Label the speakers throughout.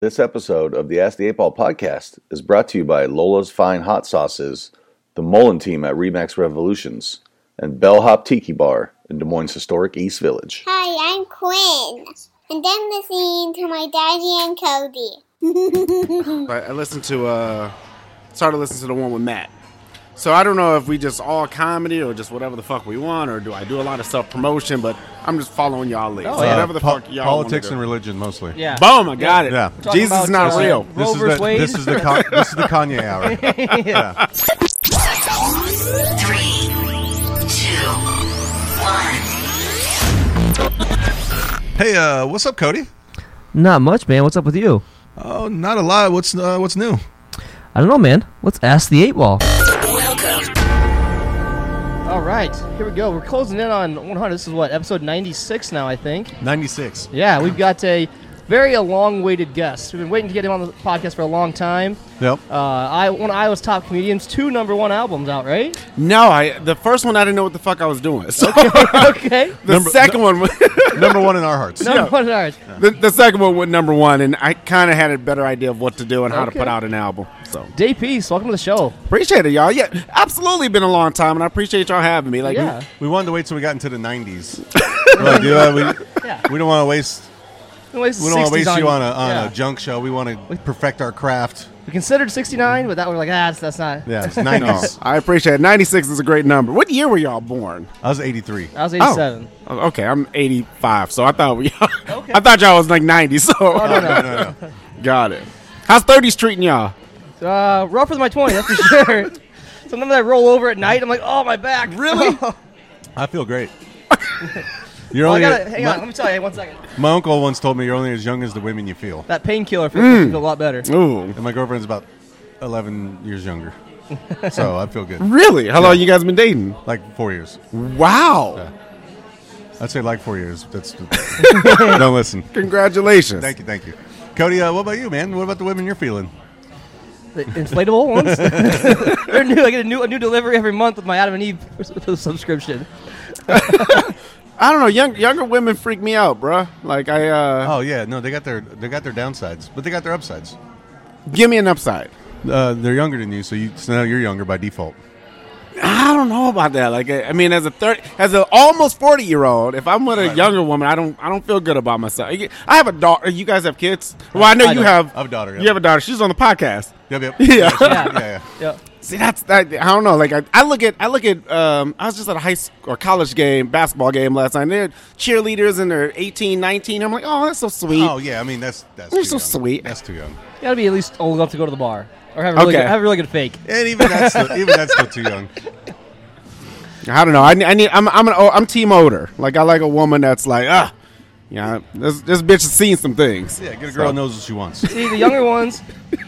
Speaker 1: This episode of the Ask the 8 Ball podcast is brought to you by Lola's Fine Hot Sauces, the Mullen team at Remax Revolutions, and Bellhop Tiki Bar in Des Moines' historic East Village.
Speaker 2: Hi, I'm Quinn, and I'm listening to my daddy and Cody.
Speaker 3: But I listened to uh started listening to the one with Matt. So I don't know if we just all comedy or just whatever the fuck we want, or do I do a lot of self promotion? But I'm just following y'all lead. So
Speaker 4: Uh,
Speaker 3: Oh, whatever the
Speaker 4: po-
Speaker 3: fuck y'all wanna
Speaker 4: politics
Speaker 3: do.
Speaker 4: and religion mostly.
Speaker 5: Yeah.
Speaker 3: Boom! I got it.
Speaker 4: Yeah.
Speaker 5: Talking
Speaker 3: Jesus is
Speaker 5: about,
Speaker 3: not
Speaker 5: uh,
Speaker 3: real.
Speaker 4: This
Speaker 5: Roe
Speaker 4: is,
Speaker 5: versus
Speaker 4: the,
Speaker 5: Wade?
Speaker 4: this is the Con- this is the Kanye hour. Yeah.
Speaker 6: Three, two, one.
Speaker 4: Hey, uh, what's up, Cody?
Speaker 7: Not much, man. What's up with you?
Speaker 4: Oh, not a lot. What's uh, what's new?
Speaker 7: I don't know, man. Let's ask the eight ball.
Speaker 5: All right, here we go. We're closing in on 100. This is what episode 96 now, I think.
Speaker 4: Ninety six.
Speaker 5: Yeah, we've got a very long-awaited guest. We've been waiting to get him on the podcast for a long time.
Speaker 4: Yep.
Speaker 5: Uh, I one of Iowa's top comedians, two number one albums out, right?
Speaker 3: No, I the first one I didn't know what the fuck I was doing. So
Speaker 5: okay.
Speaker 3: the
Speaker 4: Number-
Speaker 3: second one, was-
Speaker 4: Number one in our hearts.
Speaker 5: Number one in ours.
Speaker 3: the, the second one went number one, and I kind of had a better idea of what to do and how to
Speaker 5: Okay.
Speaker 3: put out an album. So
Speaker 5: Day Peace, welcome to the show.
Speaker 3: appreciate it, y'all. Yeah, absolutely been a long time, and I appreciate y'all having me. Like,
Speaker 5: yeah.
Speaker 4: We wanted to wait till we got into the nineties. like, you know, we,
Speaker 5: Yeah.
Speaker 4: we don't want to waste
Speaker 5: We don't
Speaker 4: we don't want to waste you on a on a junk show. We want to perfect our craft.
Speaker 5: We considered 69, but that we're like, ah, that's, that's not.
Speaker 4: Yeah, it's
Speaker 3: no,
Speaker 4: nineties.
Speaker 3: I appreciate it. Ninety six is a great number. What year were y'all born?
Speaker 4: I was eighty three.
Speaker 5: I was 87.
Speaker 3: Oh, okay, I'm 85, so I thought we,
Speaker 5: Okay.
Speaker 3: I thought y'all was like 90, so
Speaker 4: No, no, no.
Speaker 3: got it. How's 30s treating y'all?
Speaker 5: Uh, rougher than my 20, that's for sure. Sometimes I roll over at night. I'm like, oh, my back. Really?
Speaker 4: I feel great. You're
Speaker 5: Well, I
Speaker 4: only
Speaker 5: gotta, hang
Speaker 4: my,
Speaker 5: on, let me tell you. One second.
Speaker 4: my uncle once told me you're only as young as the women you feel.
Speaker 5: That painkiller feels makes me feel a lot better.
Speaker 3: Ooh,
Speaker 4: And my girlfriend's about 11 years younger. so I feel good.
Speaker 3: really? How long you guys been dating?
Speaker 4: Like four years.
Speaker 3: Wow!
Speaker 4: I'd say like four years. That's don't listen.
Speaker 3: Congratulations.
Speaker 4: Thank you, thank you, Cody. Uh, what about you, man? What about the women you're feeling?
Speaker 5: The inflatable ones. They're new. I get a new a new delivery every month with my Adam and Eve s- subscription.
Speaker 3: I don't know. Young, younger women freak me out, bruh. Like I, uh,
Speaker 4: Oh yeah, no, they got their they got their downsides, but they got their upsides.
Speaker 3: give me an upside.
Speaker 4: Uh, they're younger than you, so you so now you're younger by default.
Speaker 3: I don't know about that. Like I, I mean, as a 30, as an almost 40 year old, if I'm with a younger woman, I don't, I don't feel good about myself. I have a daughter. You guys have kids? Well, I know
Speaker 5: I
Speaker 3: you
Speaker 5: don't.
Speaker 3: have.
Speaker 4: I have a daughter, yeah.
Speaker 3: You have a daughter. She's on the podcast.
Speaker 4: Yep, yep.
Speaker 3: Yeah.
Speaker 4: yeah, yeah.
Speaker 5: Yeah.
Speaker 3: See, that's that. I don't know. Like, I, I look at, I look at. Um, I was just at a high school or college game, basketball game last night. and They're cheerleaders and they're 18, 19. I'm like, oh, that's so sweet.
Speaker 4: Oh yeah, I mean that's that's
Speaker 3: You're
Speaker 4: too
Speaker 3: so
Speaker 4: young.
Speaker 3: sweet.
Speaker 4: That's too young,
Speaker 5: You gotta be at least old enough to go to the bar or have a really
Speaker 3: Okay.
Speaker 5: good, have a really good fake.
Speaker 4: and even that's still, even that's still too young.
Speaker 3: I don't know. I, ne- I need. I'm, I'm an. Oh, I'm team older. Like, I like a woman that's like, ah, yeah. This this bitch has seen some things.
Speaker 4: Yeah, get a girl
Speaker 3: So-
Speaker 4: who knows what she wants.
Speaker 5: See, the younger ones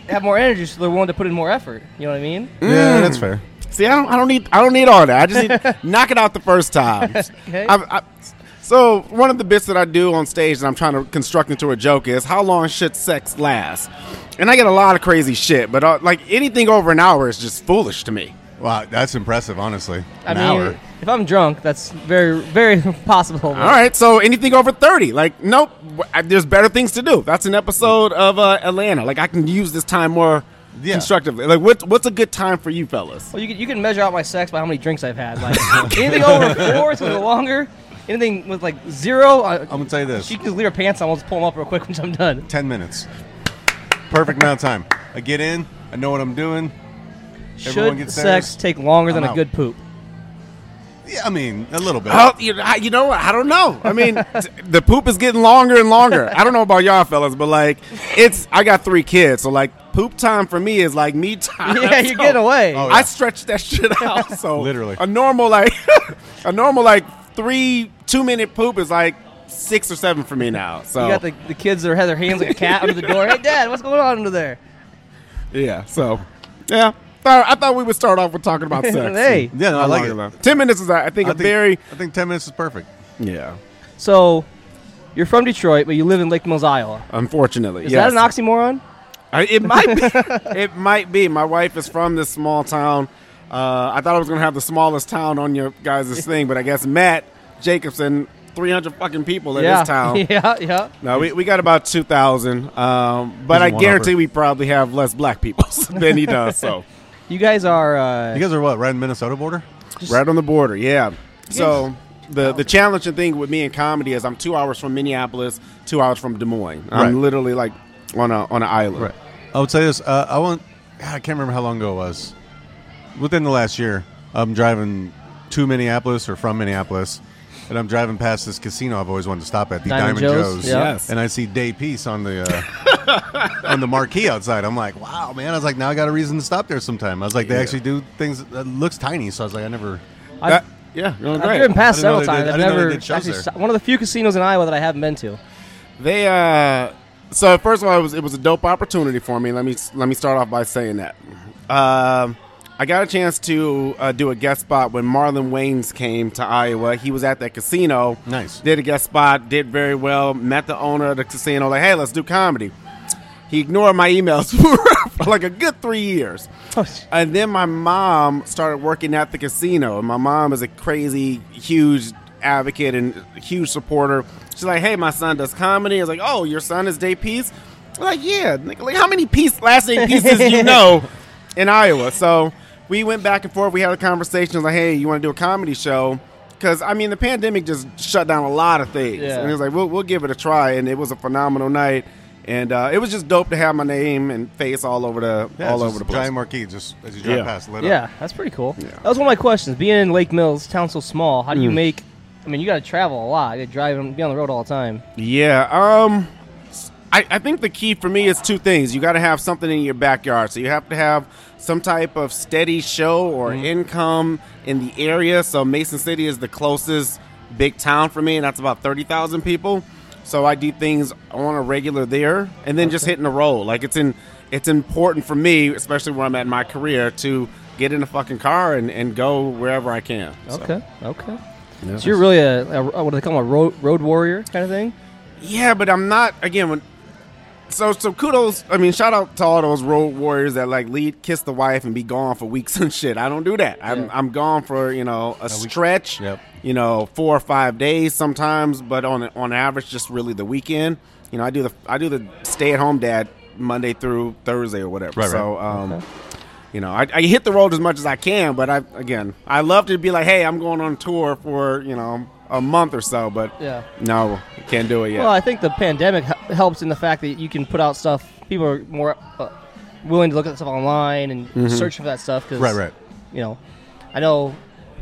Speaker 5: have more energy, so they're willing to put in more effort. You know what I mean?
Speaker 3: Mm.
Speaker 4: Yeah, that's fair.
Speaker 3: See, I don't. I don't need. I don't need all that. I just need knock it out the first time.
Speaker 5: Okay.
Speaker 3: I've- I- so one of the bits that I do on stage that I'm trying to construct into a joke is how long should sex last? And I get a lot of crazy shit, but uh, like anything over an hour is just foolish to me.
Speaker 4: Wow, that's impressive, honestly.
Speaker 5: I
Speaker 4: An
Speaker 5: mean,
Speaker 4: hour.
Speaker 5: if I'm drunk, that's very very possible.
Speaker 3: All right, so anything over thirty, like nope, w- I- there's better things to do. That's an episode of uh, Atlanta. Like I can use this time more
Speaker 4: Yeah.
Speaker 3: constructively. Like what, what's a good time for you fellas?
Speaker 5: Well, you can, you can measure out my sex by how many drinks I've had. Like anything over four, it's gonna go longer. Anything with like zero, I,
Speaker 3: Um,
Speaker 4: I'm gonna tell you this.
Speaker 5: she can just leave her pants on. I'll just pull them up real quick once I'm done.
Speaker 4: 10 minutes. Perfect amount of time. I get in, I know what I'm doing. Everyone
Speaker 5: Should
Speaker 4: gets
Speaker 5: sex
Speaker 4: theirs.
Speaker 5: take longer than
Speaker 4: I'm
Speaker 5: a
Speaker 4: out.
Speaker 5: good poop?
Speaker 4: Yeah, I mean, a little bit.
Speaker 3: Oh, you, I- you know what? I don't know. I mean, t- the poop is getting longer and longer. I don't know about y'all fellas, but like, it's I got three kids, so like poop time for me is like me time.
Speaker 5: yeah, you're getting away.
Speaker 4: Oh,
Speaker 3: I
Speaker 4: yeah.
Speaker 3: stretch that shit out. So
Speaker 4: Literally.
Speaker 3: a normal like a normal like three two minute poop is like six or seven for me now. So
Speaker 5: You got
Speaker 4: oh.
Speaker 5: the, the kids that have their hands like a cat under the door. Hey, Dad, what's going on under there?
Speaker 3: yeah, so yeah. Thought- I thought we would start off with talking about sex.
Speaker 5: hey.
Speaker 4: yeah, no, I like it.
Speaker 3: Ten minutes is, I think,
Speaker 4: I
Speaker 3: a
Speaker 4: think,
Speaker 3: very
Speaker 4: I think 10 minutes is perfect.
Speaker 3: yeah.
Speaker 5: So, you're from Detroit, but you live in Lake Mills, Iowa.
Speaker 3: Unfortunately,
Speaker 5: Is
Speaker 3: yes.
Speaker 5: that an oxymoron?
Speaker 3: I, it might be. it might be. My wife is from this small town. Uh, I thought I was going to have the smallest town on your guys' thing, but I guess Matt Jacobson, 300 fucking people in
Speaker 5: yeah.
Speaker 3: this town.
Speaker 5: yeah, yeah.
Speaker 3: No, we, we got about 2,000, um, but
Speaker 4: He's a
Speaker 3: I
Speaker 4: one-upper.
Speaker 3: guarantee we probably have less black people than he does. So,
Speaker 5: You guys are. Uh,
Speaker 4: You guys are what? Right in Minnesota border?
Speaker 3: right on the border, yeah. So, the, the challenging thing with me in comedy is I'm two hours from Minneapolis, two hours from Des Moines.
Speaker 4: Right.
Speaker 3: I'm literally like on a on an island.
Speaker 4: I would say this. Uh, I want. God, I can't remember how long ago it was. Within the last year, I'm driving to Minneapolis or from Minneapolis, and I'm driving past this casino I've always wanted to stop at, the
Speaker 5: Diamond
Speaker 4: Diamond,
Speaker 5: Joe's,
Speaker 4: Joe's.
Speaker 5: yeah.
Speaker 3: Yes.
Speaker 4: And I see Day Peace on the uh, on the marquee outside. I'm like, wow, man. I was like, now I got a reason to stop there sometime. I was like, they actually do things that looks tiny. So I was like, I never.
Speaker 5: I've-
Speaker 3: That- Uh, yeah, you're doing
Speaker 5: I've
Speaker 3: great.
Speaker 5: driven past
Speaker 4: I didn't know
Speaker 5: several
Speaker 4: they did- I
Speaker 5: times. I've
Speaker 4: didn't know they
Speaker 5: never
Speaker 4: did shows
Speaker 5: actually
Speaker 4: there.
Speaker 5: saw- one of the few casinos in Iowa that I haven't been to.
Speaker 3: They uh, so first of all, it was it was a dope opportunity for me. Let me let me start off by saying that. Um, I got a chance to uh, do a guest spot when Marlon Wayans came to Iowa. He was at that casino.
Speaker 4: Nice.
Speaker 3: Did a guest spot. Did very well. Met the owner of the casino. Like, hey, let's do comedy. He ignored my emails for like a good three years. And then my mom started working at the casino. And my mom is a crazy, huge advocate and huge supporter. She's like, hey, my son does comedy. I was like, oh, your son is Day Peace? I'm like, yeah. Like, like, how many piece, last name pieces do you know in Iowa? So we went back and forth. We had a conversation. I was like, hey, you want to do a comedy show? Because, I mean, the pandemic just shut down a lot of things.
Speaker 5: Yeah.
Speaker 3: And it was like, we'll, we'll give it a try. And it was a phenomenal night. And uh, it was just dope to have my name and face all over the
Speaker 4: Yeah,
Speaker 3: all over
Speaker 4: it's just
Speaker 3: the
Speaker 4: a
Speaker 3: place.
Speaker 4: Giant marquee, just as you drive
Speaker 3: Yeah.
Speaker 4: past, lit
Speaker 5: Yeah,
Speaker 4: up.
Speaker 5: that's pretty cool. That was one of my questions. Being in Lake Mills, town so small, how do
Speaker 4: Mm.
Speaker 5: you make? I mean, you got to travel a lot. You got to drive and be on the road all the time.
Speaker 3: Yeah. Um, I, I think the key for me is two things. You got to have something in your backyard. So you have to have some type of steady show or income in the area. So Mason City is the closest big town for me, and that's about 30,000 people. So I do things on a regular there and then just hitting the road. Like it's in it's important for me, especially where I'm at in my career, to get in a fucking car and, and go wherever I can. So-
Speaker 5: Okay, okay. So you're really a, a what do they call 'em, a road, road warrior kind of thing?
Speaker 3: Yeah, but I'm not again when so so kudos I mean shout out to all those road warriors that like lead kiss the wife and be gone for weeks and shit. I don't do that. I'm
Speaker 5: Yeah.
Speaker 3: I'm gone for, you know, a stretch,
Speaker 4: Yep.
Speaker 3: you know, 4 or 5 days sometimes, but on on average just really the weekend. You know, I do the I do the stay-at-home dad Monday through Thursday or whatever.
Speaker 4: Right, right.
Speaker 3: so um You know, I, I hit the road as much as I can, but I again, I love to be like, "Hey, I'm going on tour for you know a month or so," but
Speaker 5: Yeah.
Speaker 3: no, can't do it yet.
Speaker 5: Well, I think the pandemic h- helps in the fact that you can put out stuff. People are more uh, willing to look at stuff online and search for that stuff. Cause,
Speaker 4: Mm-hmm. Right, right.
Speaker 5: You know, I know.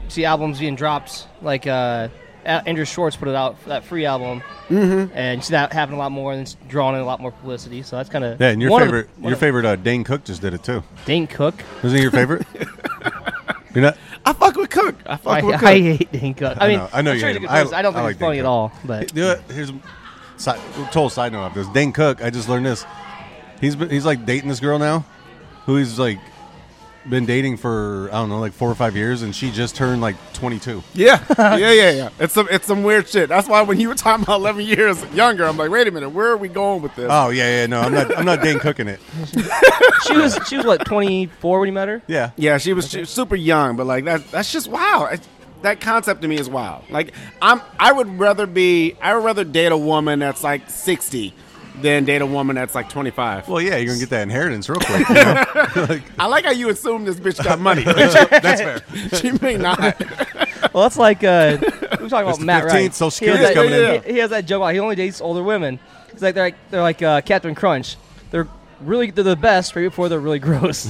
Speaker 5: See albums being dropped. Like uh, A- Andrew Schwartz put it out that free album, mm-hmm. and you see that happen a lot more, and it's drawing in a lot more publicity. So that's kind of
Speaker 4: Yeah, and your favorite, your favorite, uh, Dane Cook just did it too.
Speaker 5: Dane Cook.
Speaker 4: Isn't he your favorite? You're not.
Speaker 3: I fuck with Cook. I fuck
Speaker 5: I,
Speaker 3: with Cook.
Speaker 5: I hate Dane Cook. I,
Speaker 4: I
Speaker 5: mean,
Speaker 4: know- I know
Speaker 5: I'm
Speaker 4: you
Speaker 5: sure
Speaker 4: hate
Speaker 5: he's a
Speaker 4: him.
Speaker 5: good person.
Speaker 4: I-
Speaker 5: I, don't think
Speaker 4: I like
Speaker 5: he's funny
Speaker 4: Dane
Speaker 5: at
Speaker 4: Cook.
Speaker 5: all. But
Speaker 4: Do it. Here's a side, total side note off this. Dane Cook, I just learned this. He's been, he's like dating this girl now, who he's like been dating for I don't know like four or five years, and she just turned like 22.
Speaker 3: Yeah, yeah, yeah, yeah. It's some it's some weird shit. That's why when you were talking about eleven years younger, I'm like, wait a minute, where are we going with this?
Speaker 4: Oh yeah, yeah. No, I'm not. I'm not Dane cooking it.
Speaker 5: she was she was what 24 when you met her.
Speaker 4: Yeah.
Speaker 3: yeah, she was she was super young, but like that that's just wow. It's- that concept to me is wild. Like I'm I would rather be I would rather date a woman that's like sixty than date a woman that's like twenty five.
Speaker 4: Well, yeah. You're gonna get that inheritance real quick. you know?
Speaker 3: I like how you assume this bitch got money.
Speaker 4: That's fair.
Speaker 3: she may not.
Speaker 5: Well, that's like uh, we talking about
Speaker 4: the
Speaker 5: Matt
Speaker 4: 15th,
Speaker 5: Ryan.
Speaker 4: Social
Speaker 5: He has
Speaker 4: Security's
Speaker 5: that-
Speaker 4: coming
Speaker 3: in.
Speaker 5: He, he has that joke. Out. He only dates older women. It's like they're like they're like uh, Captain Crunch. They're really they're the best right before they're really gross.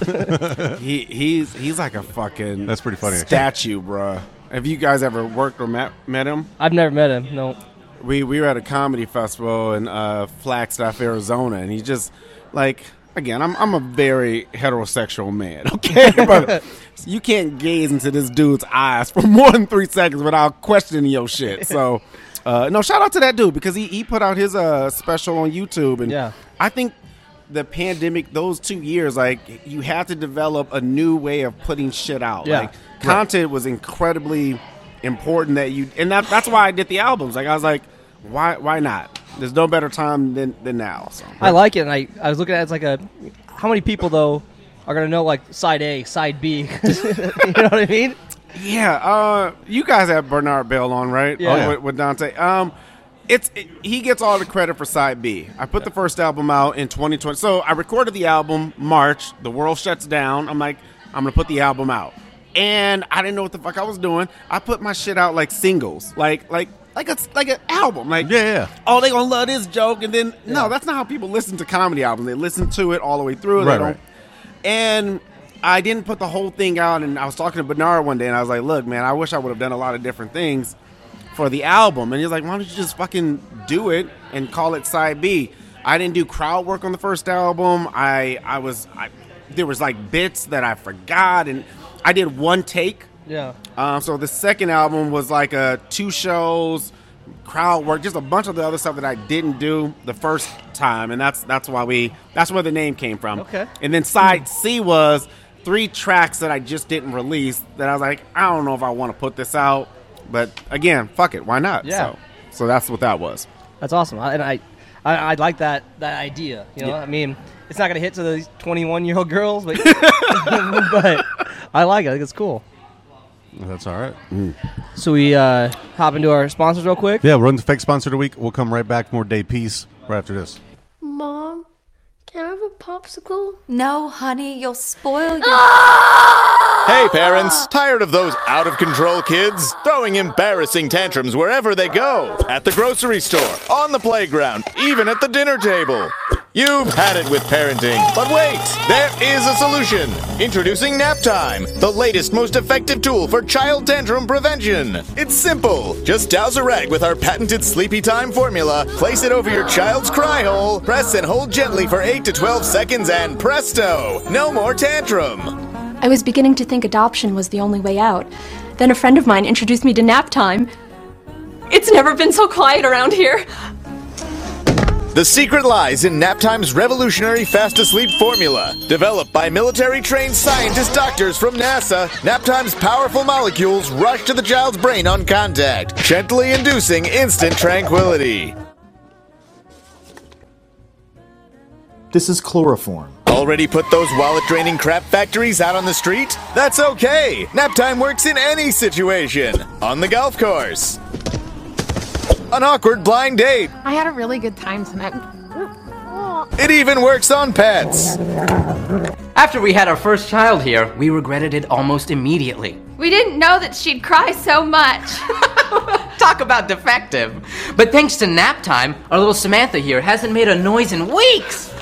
Speaker 3: He he's he's like a fucking
Speaker 4: That's pretty funny, actually.
Speaker 3: statue, bruh. Have you guys ever worked or met met him?
Speaker 5: I've never met him. No.
Speaker 3: we we were at a comedy festival in uh, Flagstaff, Arizona, and he just like again, I'm I'm a very heterosexual man, okay, but you can't gaze into this dude's eyes for more than three seconds without questioning your shit. So, uh, no, shout out to that dude because he he put out his uh special on YouTube, and
Speaker 5: Yeah.
Speaker 3: I think. The pandemic, those two years, like you had to develop a new way of putting shit out.
Speaker 5: Yeah.
Speaker 3: Like content was incredibly important that you and that, that's why I did the albums. Like I was like, why why not? There's no better time than, than now. So
Speaker 5: I like it. And I I was looking at it, it's like a how many people though are gonna know like side A, side B. you know what I mean?
Speaker 3: Yeah, uh, you guys have Bernard Bell on, right?
Speaker 5: Yeah.
Speaker 3: With, with Dante. Um, it's it- he gets all the credit for side B. I put the first album out in 2020. So I recorded the album March. The world shuts down. I'm like, I'm gonna put the album out, and I didn't know what the fuck I was doing. I put my shit out like singles, like like like a like an album, like
Speaker 4: Yeah, yeah.
Speaker 3: Oh, they gonna love this joke, and then no, that's not how people listen to comedy albums. They listen to it all the way through. They
Speaker 4: Right,
Speaker 3: don't-
Speaker 4: right.
Speaker 3: and I didn't put the whole thing out. And I was talking to Bernard one day, and I was like, "Look, man, I wish I would have done a lot of different things for the album." And he's like, "Why don't you just fucking do it and call it side B?" I didn't do crowd work on the first album. I I was I, there was like bits that I forgot, and I did one take.
Speaker 5: Yeah.
Speaker 3: Um, so the second album was like a two shows, crowd work, just a bunch of the other stuff that I didn't do the first time, and that's that's why we that's where the name came from.
Speaker 5: Okay.
Speaker 3: And then side C was three tracks that I just didn't release that I was like, I don't know if I want to put this out, but again, fuck it, why not?
Speaker 5: Yeah.
Speaker 3: So, so that's what that was.
Speaker 5: That's awesome. I, and I, I, I like that that idea. You know, I mean, it's not gonna hit to the 21 year old girls, but but I like it. I think it's cool.
Speaker 4: That's all right.
Speaker 5: So we uh, hop into our sponsors real quick.
Speaker 4: Yeah, run to fake sponsor of the week. We'll come right back. More day peace right after this.
Speaker 8: Mom, can I have a popsicle?
Speaker 9: No, honey, you'll spoil your.
Speaker 8: Ah!
Speaker 10: Hey, parents! Tired of those out of control kids throwing embarrassing tantrums wherever they go? At the grocery store, on the playground, even at the dinner table. You've had it with parenting, but wait! There is a solution! Introducing Nap Time, the latest, most effective tool for child tantrum prevention. It's simple. Just douse a rag with our patented Sleepy Time formula, place it over your child's cry hole, press and hold gently for 8 to 12 seconds, and presto! No more tantrum!
Speaker 8: I was beginning to think adoption was the only way out. Then a friend of mine introduced me to nap time. It's never been so quiet around here.
Speaker 10: The secret lies in Naptime's revolutionary fast asleep formula. Developed by military trained scientist doctors from NASA, Naptime's powerful molecules rush to the child's brain on contact, gently inducing instant tranquility.
Speaker 11: This is chloroform.
Speaker 10: Already put those wallet draining crap factories out on the street? That's okay! Naptime works in any situation. On the golf course. An awkward blind date.
Speaker 8: I had a really good time tonight.
Speaker 10: It even works on pets.
Speaker 12: After we had our first child here, we regretted it almost immediately.
Speaker 8: We didn't know that she'd cry so much.
Speaker 12: Talk about defective. But thanks to nap time, our little Samantha here hasn't made a noise in weeks.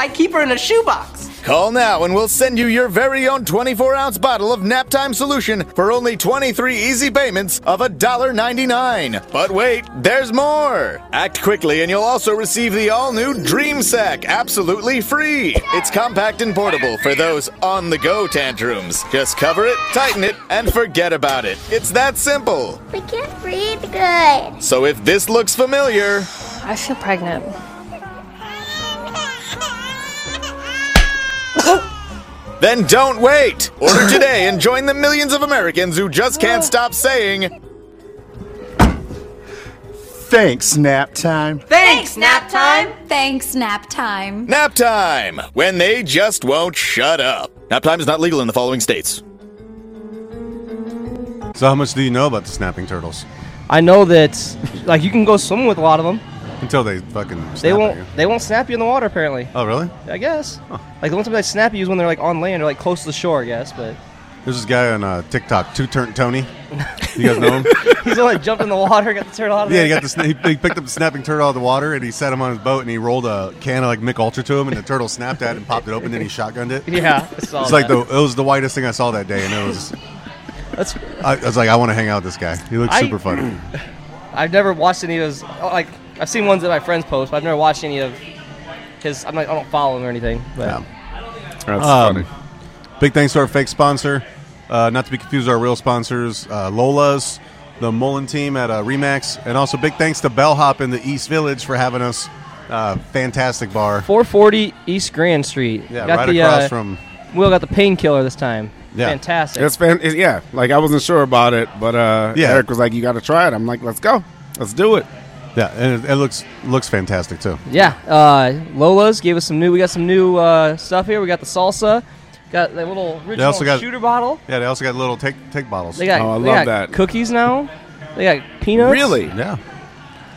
Speaker 12: I keep her in a shoebox.
Speaker 10: Call now and we'll send you your very own 24 ounce bottle of Naptime Solution for only 23 easy payments of $1.99. But wait, there's more! Act quickly and you'll also receive the all new Dream Sack absolutely free. It's compact and portable for those on the go tantrums. Just cover it, tighten it, and forget about it. It's that simple.
Speaker 2: We can't breathe good.
Speaker 10: So if this looks familiar,
Speaker 8: I feel pregnant.
Speaker 10: then don't wait! Order today and join the millions of Americans who just can't stop saying,
Speaker 11: Thanks, nap time.
Speaker 12: Thanks, nap time.
Speaker 9: Thanks, nap time.
Speaker 10: Nap time! When they just won't shut up. Nap time is not legal in the following states.
Speaker 4: So, how much do you know about the snapping turtles?
Speaker 5: I know that like you can go swimming with a lot of them.
Speaker 4: Until they fucking snap
Speaker 5: They
Speaker 4: at
Speaker 5: won't
Speaker 4: you.
Speaker 5: they won't snap you in the water apparently.
Speaker 4: Oh, really?
Speaker 5: I guess. Like the only time they snap you is when they're like on land or like close to the shore. I guess, but
Speaker 4: There's this guy on uh, TikTok, Two Turn Tony. You guys know him?
Speaker 5: he's the one that jumped in the water, got the turtle out of
Speaker 4: yeah,
Speaker 5: there.
Speaker 4: he got the sna- he he picked up the snapping turtle out of the water and he set him on his boat and he rolled a can of like Mick Ultra to him and the turtle snapped at it and popped it open and he shotgunned it.
Speaker 5: yeah. I saw
Speaker 4: It's like the
Speaker 5: that.
Speaker 4: it was the whitest thing I saw that day and it was
Speaker 5: That's,
Speaker 4: I, I was like I want to hang out with this guy. He looks
Speaker 5: I-
Speaker 4: super funny.
Speaker 5: I've never watched any of his. Like I've seen ones that my friends post, but I've never watched any of his. I'm like I don't follow him or anything. But
Speaker 4: Yeah.
Speaker 3: That's
Speaker 4: Um, Big thanks to our fake sponsor. Uh, not to be confused with our real sponsors, uh, Lola's, the Mullen team at uh, Remax, and also big thanks to Bellhop in the East Village for having us. Uh, fantastic bar.
Speaker 5: 440 East Grand Street.
Speaker 4: Yeah,
Speaker 5: got
Speaker 4: right
Speaker 5: the,
Speaker 4: across
Speaker 5: uh,
Speaker 4: from.
Speaker 5: Will got the painkiller this time.
Speaker 4: Yeah.
Speaker 5: Fantastic.
Speaker 3: It's fan- it- yeah, like I wasn't sure about it, but uh,
Speaker 4: Yeah.
Speaker 3: Eric was like, "You got to try it." I'm like, "Let's go, let's do it."
Speaker 4: Yeah, and it, it looks looks fantastic too.
Speaker 5: Yeah, uh, Lola's gave us some new. We got some new uh, stuff here. We got the salsa.
Speaker 7: Got the little original shooter bottle.
Speaker 4: Yeah, they also got little take take bottles.
Speaker 7: They
Speaker 3: Oh,
Speaker 7: got, they got cookies now. They got peanuts.
Speaker 3: Really?
Speaker 4: Yeah.